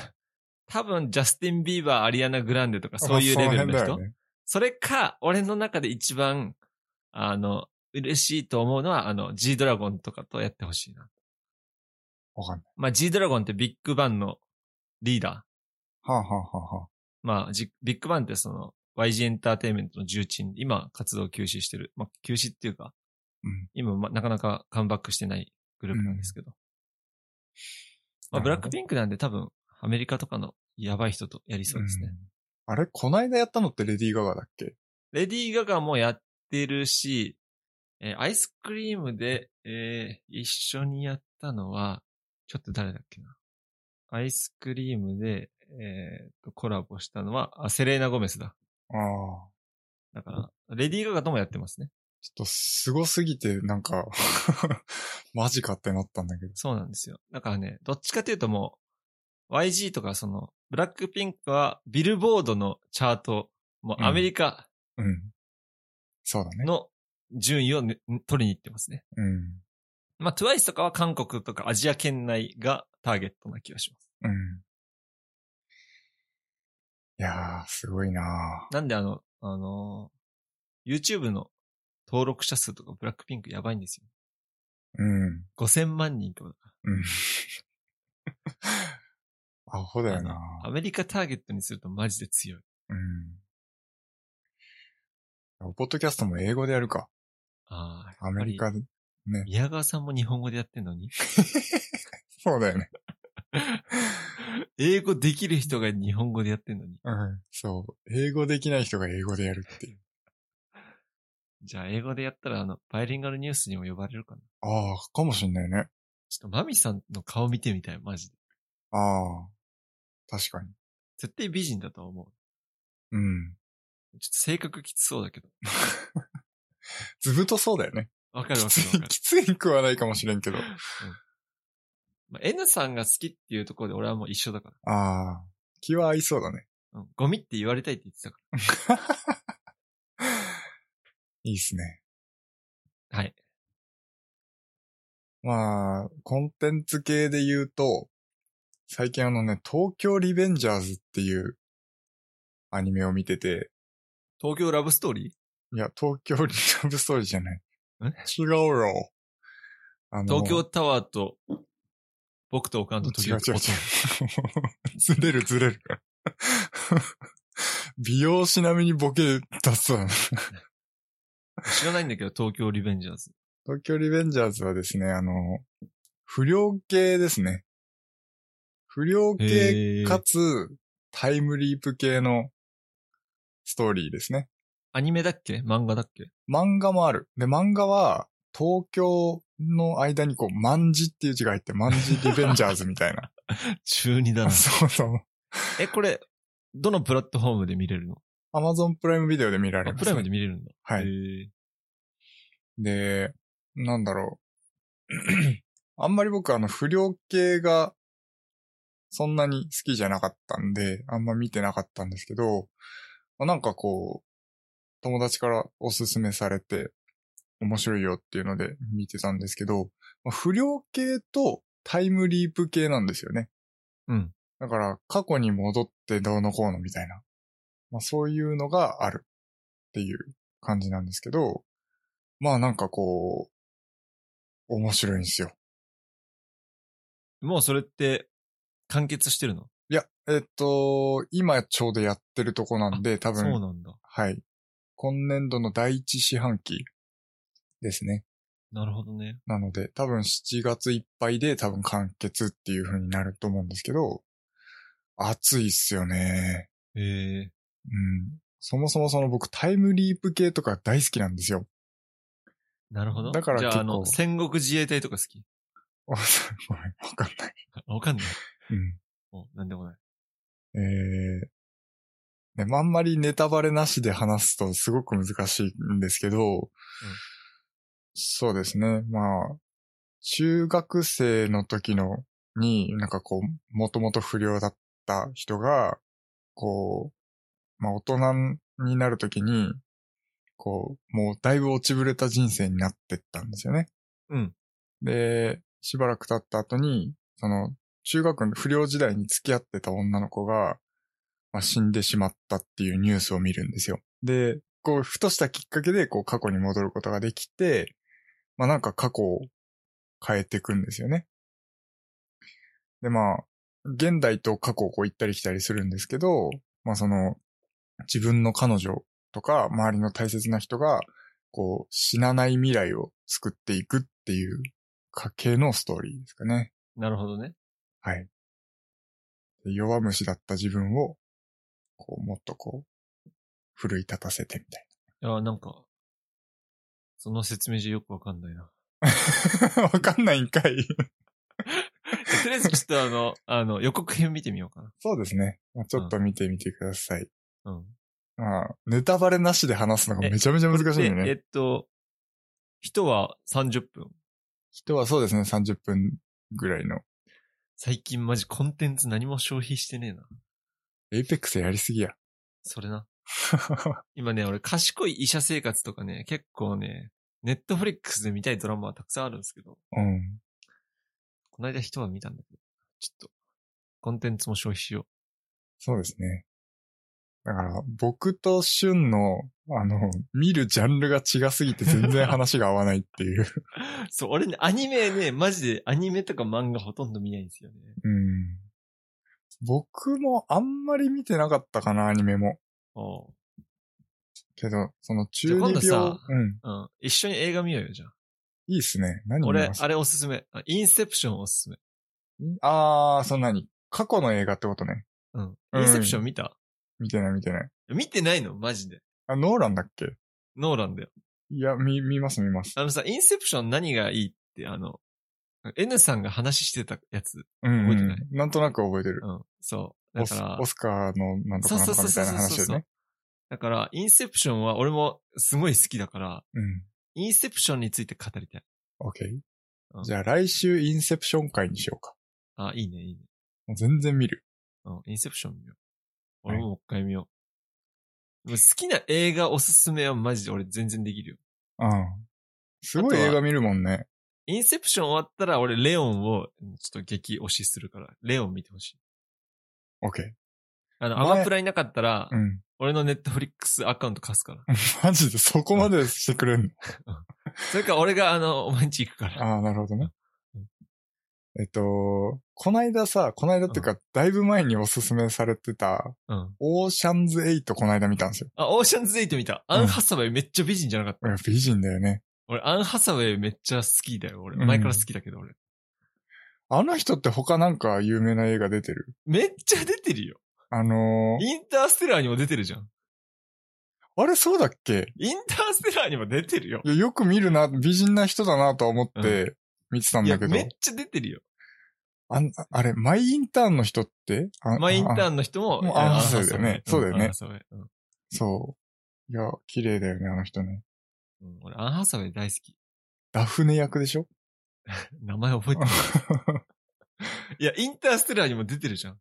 Speaker 2: 多分、ジャスティン・ビーバー、アリアナ・グランデとかそういうレベルの人。
Speaker 1: まあそ
Speaker 2: そ
Speaker 1: 辺だよね
Speaker 2: れか、俺の中で一番、あの、嬉しいと思うのは、あの、G ドラゴンとかとやってほしいな。
Speaker 1: わかんない。
Speaker 2: まあ、G ドラゴンってビッグバンのリーダー。
Speaker 1: はあ、はあはあはあ、
Speaker 2: まあ、じビッグバンってその YG エンターテインメントの重鎮、今活動を休止してる。まあ、休止っていうか、
Speaker 1: うん
Speaker 2: 今、ま、なかなかカムバックしてないグループなんですけど。
Speaker 1: なるほ
Speaker 2: まあ、
Speaker 1: ど
Speaker 2: ブラックピンクなんで多分、アメリカとかのやばい人とやりそうですね。
Speaker 1: うんあれこないだやったのってレディー・ガガだっけ
Speaker 2: レディー・ガガもやってるし、えーアイスクリームで、えー一緒にやったのは、ちょっと誰だっけな。アイスクリームで、えーと、コラボしたのは、あ、セレーナ・ゴメスだ。
Speaker 1: ああ。
Speaker 2: だから、レディー・ガガともやってますね。
Speaker 1: ちょっと凄すぎて、なんか、 マジかってなったんだけど。
Speaker 2: そうなんですよ。だからね、どっちかというともう、YG とかその、ブラックピンクはビルボードのチャート、もう
Speaker 1: うん
Speaker 2: アメリカ
Speaker 1: うん。そうだね。
Speaker 2: の順位をね、取りに行ってますね。
Speaker 1: うん。
Speaker 2: まあ、TWICE とかは韓国とかアジア圏内がターゲットな気がします。
Speaker 1: うん。いやー、すごいな
Speaker 2: なんであの、あのー YouTube の登録者数とかブラックピンクやばいんですよ。
Speaker 1: ーうん。
Speaker 2: 5000万人とかだか
Speaker 1: うん。 アホだ
Speaker 2: ら
Speaker 1: よな
Speaker 2: あのアメリカターゲットにするとマジで強い。
Speaker 1: うん。ポッドキャストも英語でやるか。
Speaker 2: ああ、
Speaker 1: アメリ
Speaker 2: やっぱ
Speaker 1: カで。ね
Speaker 2: り。宮川さんも日本語でやってんのに
Speaker 1: そうだよね。
Speaker 2: 英語できる人が日本語でやってんのに。
Speaker 1: うん。そう。英語できない人が英語でやるっていう。
Speaker 2: じゃあ、英語でやったら、あの、バイリンガルニュースにも呼ばれるかな。
Speaker 1: ああ、かもしんないね。
Speaker 2: ちょっと、マミさんの顔見てみたい、マジで。
Speaker 1: ああ。確かに。
Speaker 2: 絶対美人だと思
Speaker 1: うん。
Speaker 2: う。ちょっと性格きつそうだけど。
Speaker 1: ずぶとそうだよね。
Speaker 2: わかるわ
Speaker 1: きつ
Speaker 2: かるわか
Speaker 1: い、
Speaker 2: る。
Speaker 1: きつい食はないかもしれんけど。
Speaker 2: まあ、N さんが好きっていうところで俺はもう一緒だか
Speaker 1: ああ。気は合いそうだね。
Speaker 2: ら。うん。ゴミって言われたいって言ってたか
Speaker 1: いいっすね。
Speaker 2: ら。はい。
Speaker 1: まあ、コンテンツ系で言うと、最近あのね、東京リベンジャーズっていうアニメを見てて、
Speaker 2: 東京ラブストーリー
Speaker 1: いや、東京リラブストーリーじゃない。違うよ。あの
Speaker 2: 東京タワーと、僕とおかんと時
Speaker 1: 違う
Speaker 2: 々
Speaker 1: 違う違う。 ずれるずれる。 美容師並みにボケ出すわ。
Speaker 2: 知らないんだけど、東京リベンジャーズ。
Speaker 1: 東京リベンジャーズはですね、あの、不良系ですね。不良系
Speaker 2: へ
Speaker 1: か
Speaker 2: ー。
Speaker 1: つタイムリープ系のストーリーですね。
Speaker 2: アニメだっけ漫画だっけ
Speaker 1: 漫画もある。で、漫画は東京の間にこう、万字っていう字が入って、万字リベンジャーズみたい な。。
Speaker 2: 中二だな
Speaker 1: そうそう。
Speaker 2: え、これ、どのプラットフォームで見れるの
Speaker 1: Amazon プライムビデオで見られ
Speaker 2: あ
Speaker 1: ます、
Speaker 2: プライムで見れるんだ。
Speaker 1: はい
Speaker 2: へー
Speaker 1: で、なんだろう。 あんまり僕あの不良系がそんなに好きじゃなかったんで、あんま見てなかったんですけど、まあなんかこう、友達からおすすめされて面白いよっていうので見てたんですけど、まあ不良系とタイムリープ系なんですよね。
Speaker 2: うん。
Speaker 1: だから過去に戻ってどうのこうのみたいな。まあそういうのがあるっていう感じなんですけど、まあなんかこう、面白いんですよ。
Speaker 2: もうそれって、完結してるの
Speaker 1: いや、えっと、今ちょうどやってるとこなんで、多
Speaker 2: そう
Speaker 1: 分、
Speaker 2: なんだ。
Speaker 1: はい。今年度の第一四半期ですね。
Speaker 2: なるほどね。
Speaker 1: なので、多分7月いっぱいで多分完結っていう風になると思うんですけど、暑いっすよね。
Speaker 2: へえ。
Speaker 1: うん。そもそもその僕タイムリープ系とか大好きなんですよ。
Speaker 2: なるほど。
Speaker 1: だから
Speaker 2: じゃあ、
Speaker 1: 結
Speaker 2: あ
Speaker 1: 構
Speaker 2: の、戦国自衛隊とか好き
Speaker 1: ごめん、わかんない。
Speaker 2: わかんない。
Speaker 1: うん。
Speaker 2: もう、なんでもない。
Speaker 1: えーでもあんまりネタバレなしで話すとすごく難しいんですけど、そうですね。まあ、中学生の時のに、なんかこう、もともと不良だった人が、こう、まあ大人になる時に、こう、もうだいぶ落ちぶれた人生になってったんですよね。
Speaker 2: うん。
Speaker 1: で、しばらく経った後に、その、中学の不良時代に付き合ってた女の子が、まあ、死んでしまったっていうニュースを見るんですよ。で、こう、ふとしたきっかけで、こう、過去に戻ることができて、まあ、なんか過去を変えていくんですよね。で、まあ、現代と過去をこう行ったり来たりするんですけど、まあ、その、自分の彼女とか、周りの大切な人が、こう、死なない未来を作っていくっていう家系のストーリーですかね。
Speaker 2: なるほどね。
Speaker 1: はい。で弱虫だった自分を、こう、もっとこう、奮い立たせてみたい
Speaker 2: いや、なんか、その説明じゃよくわかんないな。
Speaker 1: な。 わかんないんかい。
Speaker 2: とりあえずちょっとあの、あの、予告編見てみようか
Speaker 1: そうですね。まあ、ちょっと見てみてください。
Speaker 2: な。うん。
Speaker 1: まあ、ネタバレなしで話すのがめちゃめちゃ難しいよ
Speaker 2: でえ
Speaker 1: ね。
Speaker 2: っと、人は30分。
Speaker 1: 人はそうですね、30分ぐらいの。
Speaker 2: 最近マジコンテンツ何も消費してねえな。
Speaker 1: エイペックスやりすぎや。
Speaker 2: それ な。今ね、俺賢い医者生活とかね、結構ね、ネットフリックスで見たいドラマはたくさんあるんですけど、
Speaker 1: うん。
Speaker 2: この間人は見たんだけど、ちょっと、コンテンツも消費しよ
Speaker 1: そうですね。だから、僕と旬の、あの、見るジャンルが違すぎて全然話が合わないっていう。
Speaker 2: う。 そう、俺ね、アニメね、マジでアニメとか漫画ほとんど見ないんですよね。
Speaker 1: うん。僕もあんまり見てなかったかな、アニメも。
Speaker 2: おう
Speaker 1: けど、その
Speaker 2: じゃ
Speaker 1: 中
Speaker 2: あ今度
Speaker 1: 二病
Speaker 2: さ。
Speaker 1: うん。
Speaker 2: うん。一緒に映画見ようよ、じゃあ。
Speaker 1: いいっすね。何見
Speaker 2: 俺
Speaker 1: ま、す
Speaker 2: あれおすすめ。あインセプションおすすめ。
Speaker 1: あー、そんなに。過去の映画ってことね。
Speaker 2: う。
Speaker 1: うんん
Speaker 2: インセプション見た、
Speaker 1: 見てない見てない。
Speaker 2: 見てないのマジで。
Speaker 1: あ、ノーランだっけ
Speaker 2: ノーランだよ。
Speaker 1: いや、見、見ます見ます。
Speaker 2: あのさ、インセプション何がいいって、あの、N さんが話してたやつ。
Speaker 1: うん、う
Speaker 2: 覚えてない
Speaker 1: ん。なんとなく覚えてる。
Speaker 2: うん。そう。だ
Speaker 1: オ
Speaker 2: か
Speaker 1: ス
Speaker 2: ら
Speaker 1: オ、スカーのなんと
Speaker 2: そう
Speaker 1: かな
Speaker 2: そ
Speaker 1: んとか
Speaker 2: うそう
Speaker 1: み
Speaker 2: そ
Speaker 1: た
Speaker 2: う
Speaker 1: いな話
Speaker 2: そ
Speaker 1: で
Speaker 2: う
Speaker 1: すね。
Speaker 2: だから、インセプションは俺もすごい好きだから、
Speaker 1: うん。
Speaker 2: インセプションについて語りたい。
Speaker 1: オッケ
Speaker 2: うん
Speaker 1: ー。じゃあ来週インセプション会にしようか。
Speaker 2: あ、いいね、いいね。
Speaker 1: もう全然見る。
Speaker 2: うん、インセプション見よう。俺ももう一回見よう。でも好きな映画おすすめはマジで俺全然できるよ。
Speaker 1: うん。すごい
Speaker 2: あとは
Speaker 1: 映画見るもんね。
Speaker 2: インセプション終わったら俺レオンをちょっと激推しするから、レオン見てほしい。
Speaker 1: オッケ
Speaker 2: あの、
Speaker 1: 前
Speaker 2: アマプラいなかったら
Speaker 1: ー。う、 ん。
Speaker 2: 俺のネットフリックスアカウント貸 すから。
Speaker 1: マジでそこまでしてくれんの
Speaker 2: それか俺があの、お前んち行くから。
Speaker 1: ああ、なるほどね
Speaker 2: うん。
Speaker 1: えっと、こないださ、こないだっていうか、だいぶ前におすすめされてた、
Speaker 2: うん。
Speaker 1: オーシャンズ8こないだ見たんですよ。
Speaker 2: あ、オーシャンズエイト見た。アンハサウェイめっちゃ美人じゃなかった。
Speaker 1: いや美人だよね。
Speaker 2: 俺、アンハサウェイめっちゃ好きだよ、俺。
Speaker 1: うん
Speaker 2: 前から好きだけど、俺。
Speaker 1: あの人って他なんか有名な映画出てる
Speaker 2: めっちゃ出てるよ。
Speaker 1: あのー、
Speaker 2: インターステラーにも出てるじゃん。
Speaker 1: あれそうだっけ
Speaker 2: インターステラーにも出てるよ。
Speaker 1: いやよく見るな、美人な人だなとは思って見てたん
Speaker 2: いや、
Speaker 1: だけど、
Speaker 2: めっちゃ出てるよ。
Speaker 1: あんあれ、マイインターンの人ってあ
Speaker 2: マインター
Speaker 1: ン。
Speaker 2: ンの人も、
Speaker 1: もう
Speaker 2: えー
Speaker 1: アンハサウェイだよね
Speaker 2: アンハ
Speaker 1: そ
Speaker 2: サウェイ
Speaker 1: うだよね
Speaker 2: アンハサウェイうん
Speaker 1: そう。いや、綺麗だよね、あの人ね。
Speaker 2: うん俺、アンハサウェイ大好き。
Speaker 1: ダフネ役でしょ
Speaker 2: 名前覚えてない。いや、インターステラーにも出てるじゃん。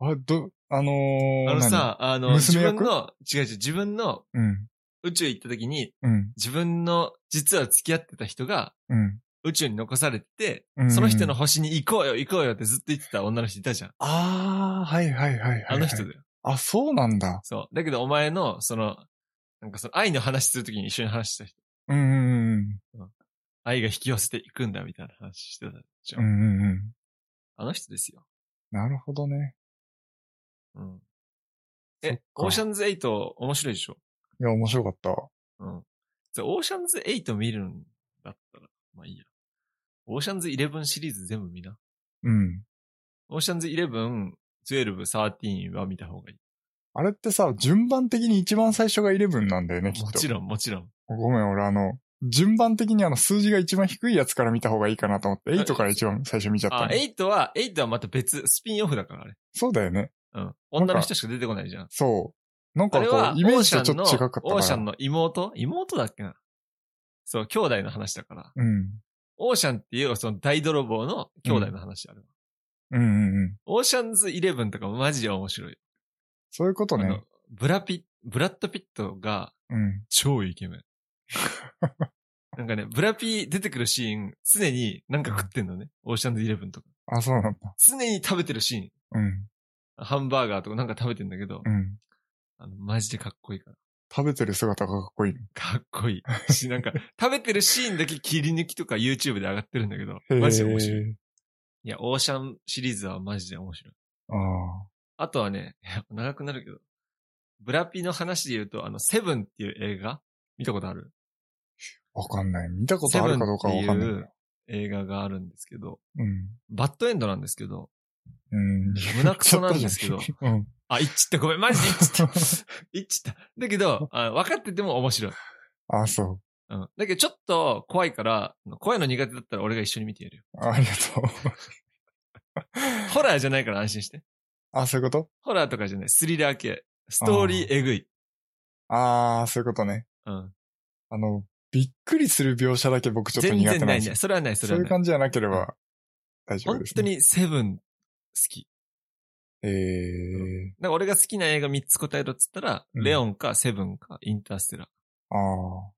Speaker 1: あ、ど、あのー、
Speaker 2: あのさ、あの、自
Speaker 1: 娘役
Speaker 2: 分の、違う違う、自分の
Speaker 1: 何、
Speaker 2: 宇宙行った時に、
Speaker 1: うん、うん、
Speaker 2: 自分の実は付き合ってた人が
Speaker 1: うん。
Speaker 2: 宇宙に残されてて、
Speaker 1: うん
Speaker 2: その人の星に行こうよ、行こうよってずっと言ってた女の人いたじゃん。
Speaker 1: ああ、はいはいはいはい、はい。
Speaker 2: あの人だよ。
Speaker 1: あ、そうなんだ。
Speaker 2: そう。だけどお前の、その、なんかその愛の話するときに一緒に話した人。
Speaker 1: うんうん
Speaker 2: 愛が引き寄せていくんだみたいな話してたじゃ。
Speaker 1: うん。うんんうんうん。
Speaker 2: あの人ですよ。
Speaker 1: なるほどね。
Speaker 2: うん。
Speaker 1: そっ
Speaker 2: え
Speaker 1: か、
Speaker 2: オーシャンズ8面白いでしょ
Speaker 1: いや、面白かった。
Speaker 2: うん。じゃあオーシャンズ8見るんだったら、まあいいや。オーシャンズ11シリーズ全部見な。
Speaker 1: うん。
Speaker 2: オーシャンズ11、12、13は見た方がいい。
Speaker 1: あれってさ、順番的に一番最初が11なんだよね、きっと。
Speaker 2: もちろん、もちろん。
Speaker 1: ごめん、俺あの、順番的にあの数字が一番低いやつから見た方がいいかなと思って、8から一番最初見ちゃった
Speaker 2: あ、
Speaker 1: の。
Speaker 2: 8は、8はまた別、スピンオフだから、あれ。
Speaker 1: そうだよね。
Speaker 2: うん。女の人しか出てこないじゃん。
Speaker 1: そう。なん
Speaker 2: あ
Speaker 1: か
Speaker 2: れ
Speaker 1: こ
Speaker 2: は、
Speaker 1: う、イメージとちょっと違かったから。
Speaker 2: オーシャンの妹妹だっけなそう、兄弟の話だから。
Speaker 1: うん。
Speaker 2: オーシャンっていうその大泥棒の兄弟の話ある、
Speaker 1: うんうんうん。
Speaker 2: オーシャンズ11とかマジで面白いよ。
Speaker 1: そういうこと
Speaker 2: あ
Speaker 1: ね
Speaker 2: の。ブラピ、ブラッドピットが
Speaker 1: うん。
Speaker 2: 超 イケメン。なんかね、ブラピ出てくるシーン、常になんか食ってんのね。オーシャンズ11とか。
Speaker 1: あ、そうなんだ。
Speaker 2: 常に食べてるシーン。
Speaker 1: うん。
Speaker 2: ハンバーガーとかなんか食べてんだけど、
Speaker 1: うん。
Speaker 2: あの、マジでかっこいいから。
Speaker 1: 食べてる姿がかっこいい。
Speaker 2: かっこいい。し、 なんか、食べてるシーンだけ切り抜きとか YouTube で上がってるんだけど、
Speaker 1: へー
Speaker 2: マジで面白い。い。や、オーシャンシリーズはマジで面白い。
Speaker 1: ああ。
Speaker 2: あとはね、いや長くなるけど、ブラピの話で言うと、あの、セブンっていう映画見たことある
Speaker 1: わかんない。見たことあるかどうかはわかんないんだよ。
Speaker 2: 映画があるんですけど、
Speaker 1: うん。
Speaker 2: バッドエンドなん ですけど、
Speaker 1: うん。
Speaker 2: 胸くそなんですけど、
Speaker 1: うん。
Speaker 2: あ、いっちった、ごめん、マジでいっちった。 いっちった。だけど、あ分かってても面白い。
Speaker 1: あ、そう。
Speaker 2: うん。だけど、ちょっと怖いから、怖いの苦手だったら俺が一緒に見てやるよ。
Speaker 1: あありがとう。
Speaker 2: ホラーじゃないから安心して。
Speaker 1: あ、そういうこと
Speaker 2: ホラーとかじゃない。スリラー系。ストーリーえぐい。
Speaker 1: ああ、そういうことね。
Speaker 2: うん。
Speaker 1: あの、びっくりする描写だけ僕ちょっと
Speaker 2: 全
Speaker 1: 苦手
Speaker 2: 然
Speaker 1: なん
Speaker 2: な
Speaker 1: で
Speaker 2: い
Speaker 1: すよ
Speaker 2: ね。。それはない、そ
Speaker 1: そう
Speaker 2: れは
Speaker 1: いう
Speaker 2: ない。
Speaker 1: 感じじゃなければ大丈夫
Speaker 2: 本
Speaker 1: です、
Speaker 2: 当
Speaker 1: ね。
Speaker 2: にセブン好き。
Speaker 1: 当に。え
Speaker 2: だから俺が好きな映画3つ答えろっつったら、
Speaker 1: うん
Speaker 2: レオンかセブンかインターステラー。
Speaker 1: ー、ああ、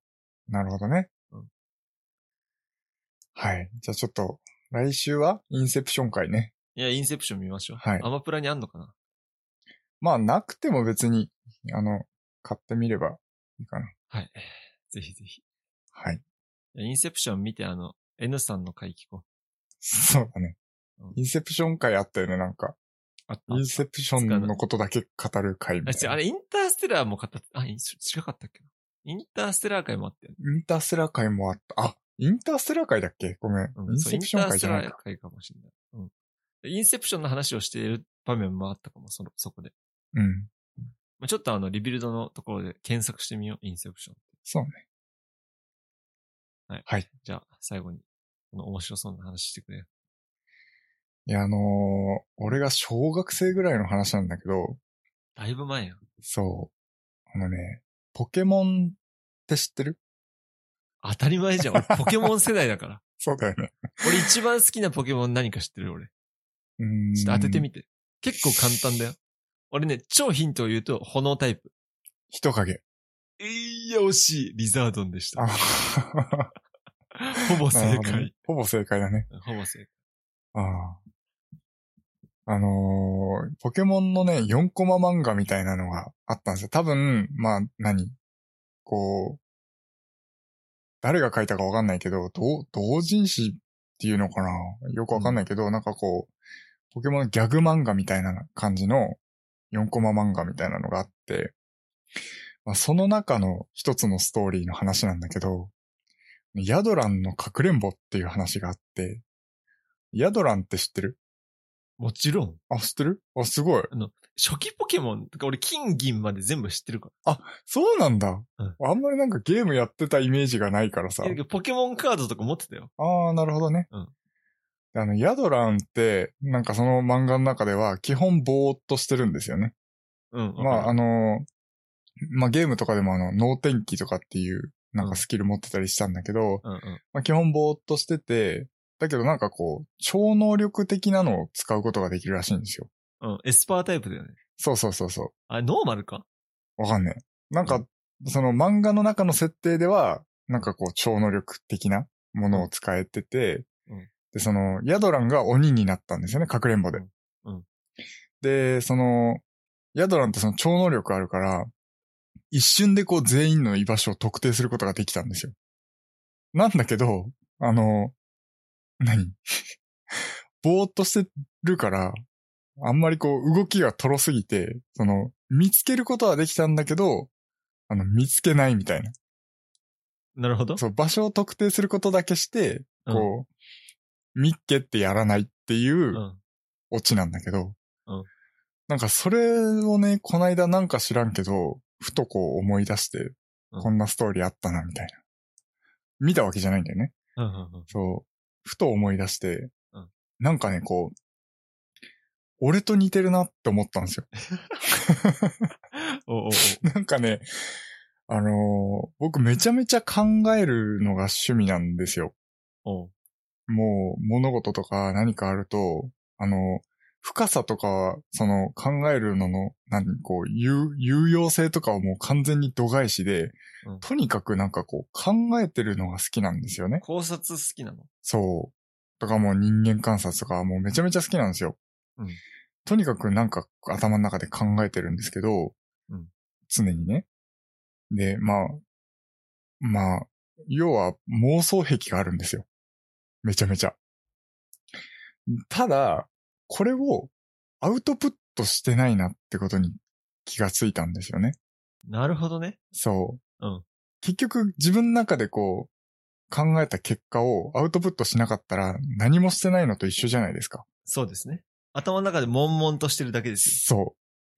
Speaker 1: なるほどね、
Speaker 2: うん
Speaker 1: はい。じゃあちょっと、来週はインセプション会ね。
Speaker 2: いや、インセプション見ましょう。
Speaker 1: はい
Speaker 2: アマプラにあんのかな
Speaker 1: まあ、なくても別に、あの、買ってみればいいかな。
Speaker 2: はい。ぜひぜひ。い
Speaker 1: はい。
Speaker 2: やインセプション見て、あの、N さんの回聞こ
Speaker 1: そうだね
Speaker 2: うん。
Speaker 1: インセプション会あったよね、なんか。
Speaker 2: う。あった
Speaker 1: インセプションのことだけ語る会み
Speaker 2: あ、
Speaker 1: たい
Speaker 2: 違う、
Speaker 1: な。
Speaker 2: あれ、インターステラーも語って、あ、インス違かったっけなインターステラー回もあったよね。
Speaker 1: インターステラー会もあった。あ、インターステラー会だっけごめん。
Speaker 2: う
Speaker 1: イ
Speaker 2: ん
Speaker 1: ン
Speaker 2: そう
Speaker 1: セプション会じゃない
Speaker 2: イン
Speaker 1: か。
Speaker 2: ターステラー回かもしれない。うん。でインセプションの話をしている場面もあったかも、その、そこで。
Speaker 1: うん。
Speaker 2: まあ、ちょっとあの、リビルドのところで検索してみよう、インセプション。
Speaker 1: そうね。
Speaker 2: じゃあ、最後に、この面白そうな話してくれよ。
Speaker 1: いや、あのー俺が小学生ぐらいの話なんだけど、
Speaker 2: だいぶ前よ。
Speaker 1: そう。あのね、ポケモンって知ってる
Speaker 2: 当たり前じゃん。俺、ポケモン世代だ から。
Speaker 1: そうだよね。
Speaker 2: 俺一番好きなポケモン何か知ってる俺。
Speaker 1: うーん。
Speaker 2: ちょっと当てて
Speaker 1: て。
Speaker 2: みて。結構簡単だよ。俺ね、超ヒントを言うと、炎タイプ。
Speaker 1: 人影。
Speaker 2: いや、惜しい。リザードンでした
Speaker 1: あ。
Speaker 2: ほぼ
Speaker 1: な る
Speaker 2: 正
Speaker 1: ほどね
Speaker 2: 解。
Speaker 1: ほぼ正解だね。
Speaker 2: ほぼ正解。
Speaker 1: ああ。あのーポケモンのね、4コマ漫画みたいなのがあったんですよ。多分、まあ、何こう、誰が書いたかわかんないけど、同、同人誌っていうのかなよくわかんないけど、なんかこう、ポケモンのギャグ漫画みたいな感じの4コマ漫画みたいなのがあって、まあ、その中の一つのストーリーの話なんだけど、ヤドランのかくれんぼっていう話があって、ヤドランって知ってる
Speaker 2: もちろん。
Speaker 1: あ、知ってるあ、すごい。
Speaker 2: 初期ポケモンとか俺金銀まで全部知ってるか
Speaker 1: そうなんだ。
Speaker 2: うん
Speaker 1: あんまりなんかゲームやってたイメージがないからさ
Speaker 2: ら。い。やだけどポケモンカードとか持ってたよ。
Speaker 1: ああ、なるほどね。
Speaker 2: うん
Speaker 1: あの、ヤドランって、なんかその漫画の中では基本ぼーっとしてるんですよね。
Speaker 2: うん。
Speaker 1: まあ、あのーまあゲームとかでもあの、脳天気とかっていう、なんかスキル持ってたりしたんだけど、
Speaker 2: うんうん。
Speaker 1: まあ、基本ぼーっとしてて、だけどなんかこう、超能力的なのを使うことができるらしいんですよ。
Speaker 2: うん。エスパータイプだよね。
Speaker 1: そうそうそうそ
Speaker 2: あれ、ノーマルか
Speaker 1: う。わかんねえ。なん
Speaker 2: う
Speaker 1: か、その漫画の中の設定では、なんかこう、超能力的なものを使えてて、
Speaker 2: うん
Speaker 1: で、その、ヤドランが鬼になったんですよね、かくれんぼで。
Speaker 2: うんうん
Speaker 1: で、その、ヤドランってその超能力あるから、一瞬でこう全員の居場所を特定することができたんですよ。なんだけど、あの、何 ぼーっとしてるから、あんまりこう動きがとろすぎて、その、見つけることはできたんだけど、あの、見つけないみたいな。
Speaker 2: なるほど。
Speaker 1: そう、場所を特定することだけして、
Speaker 2: うん。
Speaker 1: こう、見っけってやらないっていううんオチなんだけど、
Speaker 2: うん
Speaker 1: なんかそれをね、こないだなんか知らんけど、ふとこう思い出して、
Speaker 2: うん
Speaker 1: こんなストーリーあったな、みたいな。見たわけじゃないんだよね。
Speaker 2: うんうんうん。
Speaker 1: そう、ふと思い出して、
Speaker 2: うん
Speaker 1: なんかね、こう、俺と似てるなって思ったんですよ。
Speaker 2: おうおう
Speaker 1: なんかね、あのー僕めちゃめちゃ考えるのが趣味なんですよ。
Speaker 2: おう。おう
Speaker 1: もう物事とか何かあると、あの、深さとかは、その考えるのの、何、こう、有、有用性とかはもう完全に度外視で、
Speaker 2: うん
Speaker 1: とにかくなんかこう、考えてるのが好きなんですよね。
Speaker 2: 考察好きなの
Speaker 1: そう。とかもう人間観察とかはもうめちゃめちゃ好きなんですよ。
Speaker 2: うん
Speaker 1: とにかくなんか頭の中で考えてるんですけど、
Speaker 2: うん
Speaker 1: 常にね。で、まあ、まあ、要は妄想癖があるんですよ。めちゃめちゃ。ただ、これをアウトプットしてないなってことに気がついたんですよね。
Speaker 2: なるほどね。
Speaker 1: そう。
Speaker 2: うん
Speaker 1: 結局自分の中でこう、考えた結果をアウトプットしなかったら何もしてないのと一緒じゃないですか。
Speaker 2: そうですね。頭の中で悶々としてるだけですよ。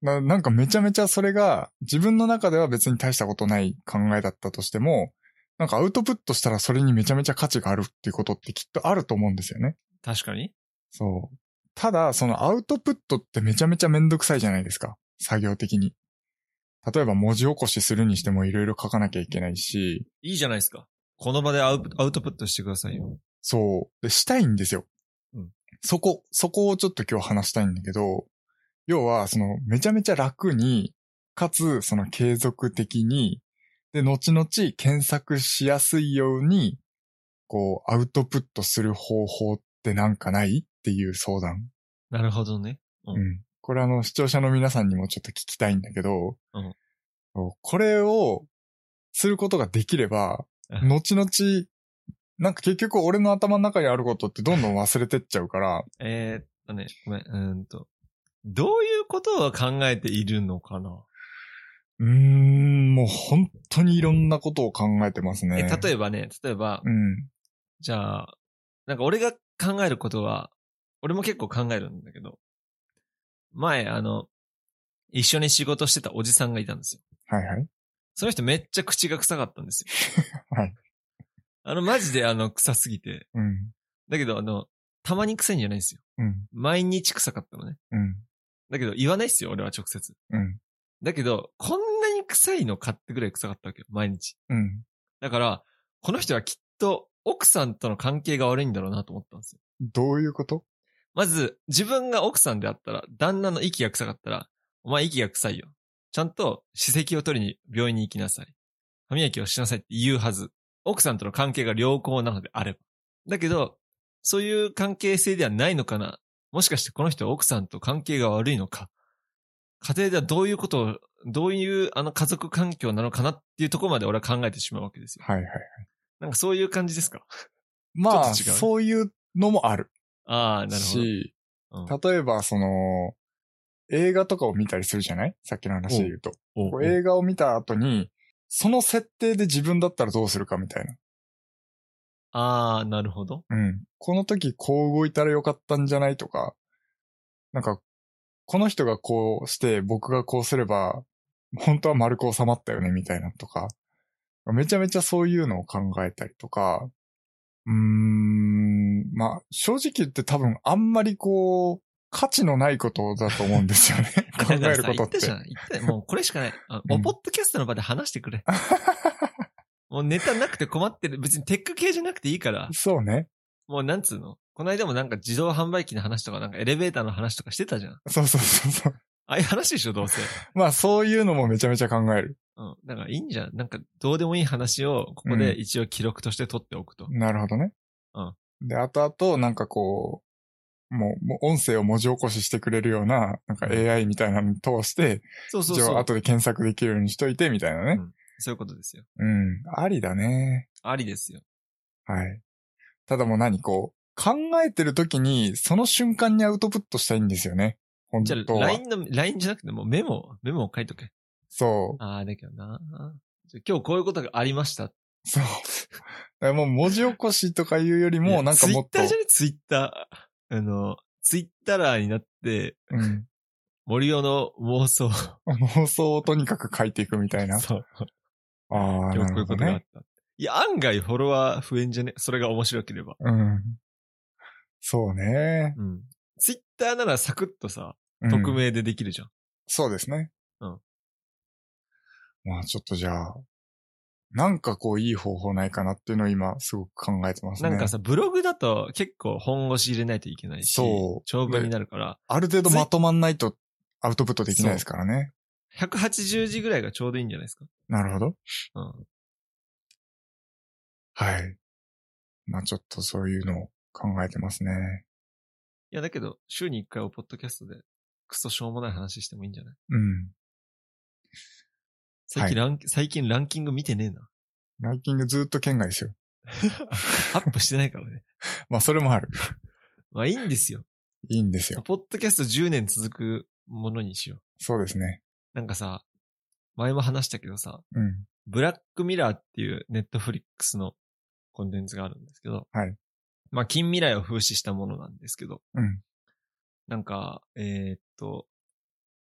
Speaker 1: そう。ななんかめちゃめちゃそれが自分の中では別に大したことない考えだったとしても、なんかアウトプットしたらそれにめちゃめちゃ価値があるっていうことってきっとあると思うんですよね。
Speaker 2: 確かに。
Speaker 1: そう。ただ、そのアウトプットってめちゃめちゃめんどくさいじゃないですか。作業的に。例えば文字起こしするにしてもいろいろ書かなきゃいけないし、
Speaker 2: いいじゃないですか。この場でアウアウトプットしてくださいよ。
Speaker 1: そう。で、したいんですよ。
Speaker 2: うん
Speaker 1: そこ、そこをちょっと今日話したいんだけど、要は、その、めちゃめちゃ楽に、かつ、その継続的に、で、後々検索しやすいように、こう、アウトプットする方法ってなんかないっていう相談。
Speaker 2: なるほどね。うん
Speaker 1: うん。これあの、視聴者の皆さんにもちょっと聞きたいんだけど、
Speaker 2: うん
Speaker 1: そうこれを、することができれば、
Speaker 2: うん
Speaker 1: 後々、なんか結局俺の頭の中にあることってどんどん忘れてっちゃうから、
Speaker 2: えー、っとね、ごめん、うーんと。どういうことを考えているのかな、
Speaker 1: うーん、もう本当にいろんなことを考えてますね。
Speaker 2: え例
Speaker 1: え
Speaker 2: えばね、例えば、
Speaker 1: うん。
Speaker 2: じゃあ、なんか俺が考えることは、俺も結構考えるんだけど、前、あの、一緒に仕事してたおじさんがいたんですよ。
Speaker 1: はいはい。
Speaker 2: その人めっちゃ口が臭かったんですよ。
Speaker 1: はい。
Speaker 2: あの、マジであの、臭すぎて。
Speaker 1: うん。
Speaker 2: だけど、あの、たまに臭いんじゃないんですよ。
Speaker 1: うん。
Speaker 2: 毎日臭かったのね。
Speaker 1: うん。
Speaker 2: だけど、言わないっすよ、俺は直接。
Speaker 1: うん。
Speaker 2: だけど、こんなに臭いの買ってくらい臭かったわけよ、毎日。
Speaker 1: うん。
Speaker 2: だから、この人はきっと奥さんとの関係が悪いんだろうなと思ったんですよ。
Speaker 1: どういうこと
Speaker 2: まず、自分が奥さんであったら、旦那の息が臭かったら、お前息が臭いよ。ちゃんと歯石を取りに病院に行きなさい。歯磨きをしなさいって言うはず。奥さんとの関係が良好なのであれば。だけど、そういう関係性ではないのかなもしかしてこの人は奥さんと関係が悪いのか家庭ではどういうことを、どういうあの家族環境なのかなっていうところまで俺は考えてしまうわけですよ。
Speaker 1: はいはい。
Speaker 2: なんかそういう感じですか
Speaker 1: まあ、
Speaker 2: ちょっと違う
Speaker 1: そういうのもある
Speaker 2: ああ、なるほど。
Speaker 1: し、
Speaker 2: うん
Speaker 1: 例えばその、映画とかを見たりするじゃないさっきの話で言うと。
Speaker 2: おう
Speaker 1: こ
Speaker 2: お
Speaker 1: う
Speaker 2: う
Speaker 1: 映画を見た後に、その設定で自分だったらどうするかみたいな。
Speaker 2: ああ、なるほど。
Speaker 1: うん。この時こう動いたらよかったんじゃないとか、なんか、この人がこうして僕がこうすれば、本当は丸く収まったよねみたいなとか、めちゃめちゃそういうのを考えたりとか、うーん、まあ、正直言って多分あんまりこう、価値のないことだと思うんですよね。考えること
Speaker 2: だからさ言
Speaker 1: っ
Speaker 2: った
Speaker 1: て
Speaker 2: じ。ゃん。言ったよもうこれしかない。あ
Speaker 1: うん
Speaker 2: もうポッドキャストの場で話して くれ。もうネタなくて困ってる。別にテック系じゃなくていいから。
Speaker 1: そうね。
Speaker 2: もうなんつうのこの間もなんか自動販売機の話とかなんかエレベーターの話とかしてたじゃん。あ
Speaker 1: そうそうそうそう。
Speaker 2: あいう話でしょ、どうせ。
Speaker 1: まあ、そういうのもめちゃめちゃ考える。
Speaker 2: うん。だからいいんじゃん。なんかどうでもいい話をここで一応記録として取っておくと。
Speaker 1: なるほどね。
Speaker 2: うん
Speaker 1: で、後々、なんかこう、もう、もう音声を文字起こししてくれるような、なんか
Speaker 2: うん
Speaker 1: AI みたいなのに通して、
Speaker 2: そうそう
Speaker 1: 一
Speaker 2: そ
Speaker 1: 応
Speaker 2: う。
Speaker 1: 後で検索できるようにしといて、みたいなね。
Speaker 2: そういうことですよ。
Speaker 1: うん。ありだね。
Speaker 2: ありですよ。
Speaker 1: はい。ただもう何こう、考えてる時に、その瞬間にアウトプットしたいんですよね。本
Speaker 2: じゃあ、
Speaker 1: 当は。
Speaker 2: LINE の、LINE じゃなくてもうメモ、メモを書いとけ。
Speaker 1: そ
Speaker 2: ああ、だけどな。じゃあ今日こういうことがありました。
Speaker 1: う。そう。だからもう文字起こしとかいうよりも、なんかもっと
Speaker 2: ツイッターじゃ、ねツイッター。あの、ツイッターラーになって、
Speaker 1: うん。
Speaker 2: 森尾の妄想。
Speaker 1: 妄想をとにかく書いていくみたいな。
Speaker 2: そう。
Speaker 1: ああ、な
Speaker 2: 今日こうい
Speaker 1: る
Speaker 2: うこ
Speaker 1: ほど
Speaker 2: とがあっ
Speaker 1: ね。
Speaker 2: た。いや、案外フォロワー増えんじゃねそれが面白ければ。
Speaker 1: うん。そうね。
Speaker 2: うん。ツイッターならサクッとさ、
Speaker 1: うん
Speaker 2: 匿名でできるじゃん。
Speaker 1: そうですね。
Speaker 2: うん。
Speaker 1: まあちょっとじゃあ、なんかこういい方法ないかなっていうのを今すごく考えてますね。
Speaker 2: なんかさ、ブログだと結構本腰入れないといけないし、
Speaker 1: そう
Speaker 2: 長文になるから、
Speaker 1: ある程度まとまんないとアウトプットできないですからね。
Speaker 2: 180字ぐらいがちょうどいいんじゃないですか。
Speaker 1: なるほど。
Speaker 2: うん。
Speaker 1: はい。まあちょっとそういうのを考えてますね。
Speaker 2: いや、だけど、週に1回をポッドキャストで、クソしょうもない話してもいいんじゃない
Speaker 1: うん。
Speaker 2: 最近ラン、最近ランキング見てねえな。
Speaker 1: ランキングずっと圏外ですよ。
Speaker 2: アップしてないからね。
Speaker 1: まあそれもある。
Speaker 2: まあいいんですよ。
Speaker 1: いいんですよ。
Speaker 2: ポッドキャスト10年続くものにしよう。
Speaker 1: そうですね。
Speaker 2: なんかさ、前も話したけどさ、
Speaker 1: うん。
Speaker 2: ブラックミラーっていうネットフリックスのコンテンツがあるんですけど、
Speaker 1: はい。
Speaker 2: まあ近未来を風刺したものなんですけど、
Speaker 1: うん。
Speaker 2: なんか、えーっと、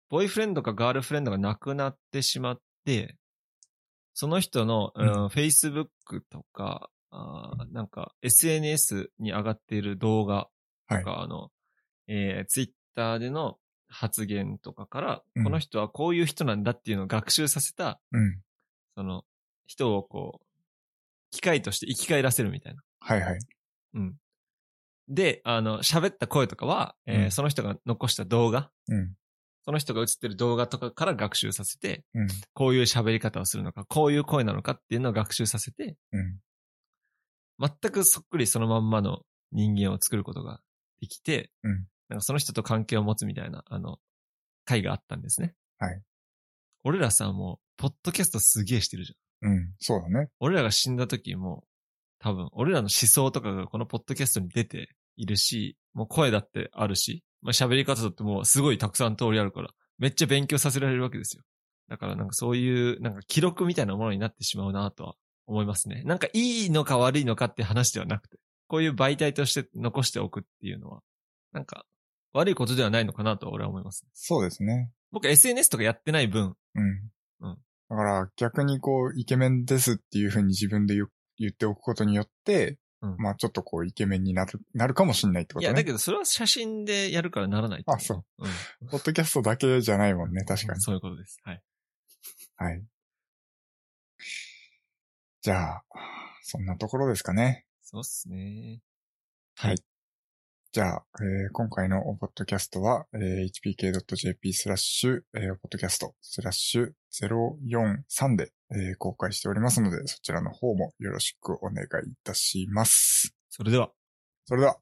Speaker 2: ボーイフレンドかガールフレンドが亡くなってしまって、その人の、う、
Speaker 1: うん
Speaker 2: Facebook とか、あーなんか SNS に上がっている動画とか、あの、えー、Twitter での発言とかから、
Speaker 1: うん
Speaker 2: この人はこういう人なんだっていうのを学習させた、
Speaker 1: うん。
Speaker 2: その、人をこう、機械として生き返らせるみたいな。
Speaker 1: はいはい。
Speaker 2: うん。で、あの、喋った声とかは、えー
Speaker 1: うん
Speaker 2: その人が残した動画、
Speaker 1: うん。
Speaker 2: その人が映ってる動画とかから学習させて、
Speaker 1: うん。
Speaker 2: こういう喋り方をするのか、こういう声なのかっていうのを学習させて、
Speaker 1: うん。
Speaker 2: 全くそっくりそのまんまの人間を作ることができて、
Speaker 1: うん
Speaker 2: なんかその人と関係を持つみたいな、あの、会があったんですね。
Speaker 1: はい。
Speaker 2: 俺らさ、もう、ポッドキャストすげえしてるじゃん。
Speaker 1: うん。そうだね。
Speaker 2: 俺らが死んだ時も、多分、俺らの思想とかがこのポッドキャストに出ているし、もう声だってあるし、まあ、喋り方だってもうすごいたくさん通りあるから、めっちゃ勉強させられるわけですよ。だからなんかそういう、なんか記録みたいなものになってしまうなとは思いますね。なんかいいのか悪いのかって話ではなくて、こういう媒体として残しておくっていうのは、なんか悪いことではないのかなと俺は思います。
Speaker 1: そうですね。
Speaker 2: 僕 SNS とかやってない分、
Speaker 1: うん。
Speaker 2: うん
Speaker 1: だから逆にこう、イケメンですっていうふうに自分で言う言っておくことによって、
Speaker 2: うん
Speaker 1: まあちょっとこう、イケメンになる、なるかもしんないってこ
Speaker 2: い
Speaker 1: とね。
Speaker 2: やだけどそれは写真でやるからならないと思
Speaker 1: あ、そう。
Speaker 2: う。うん。
Speaker 1: ポッドキャストだけじゃないもんね、確かに。
Speaker 2: そういうことです。はい。
Speaker 1: はい。じゃあ、そんなところですかね。
Speaker 2: そうっすね。
Speaker 1: じゃあ、えー今回のポッドキャストは、えー hpk.jp スラッシュ、えー、ポッドキャストスラッシュ043で、えー公開しておりますので、そちらの方もよろしくお願いいたします。
Speaker 2: それでは。
Speaker 1: それでは。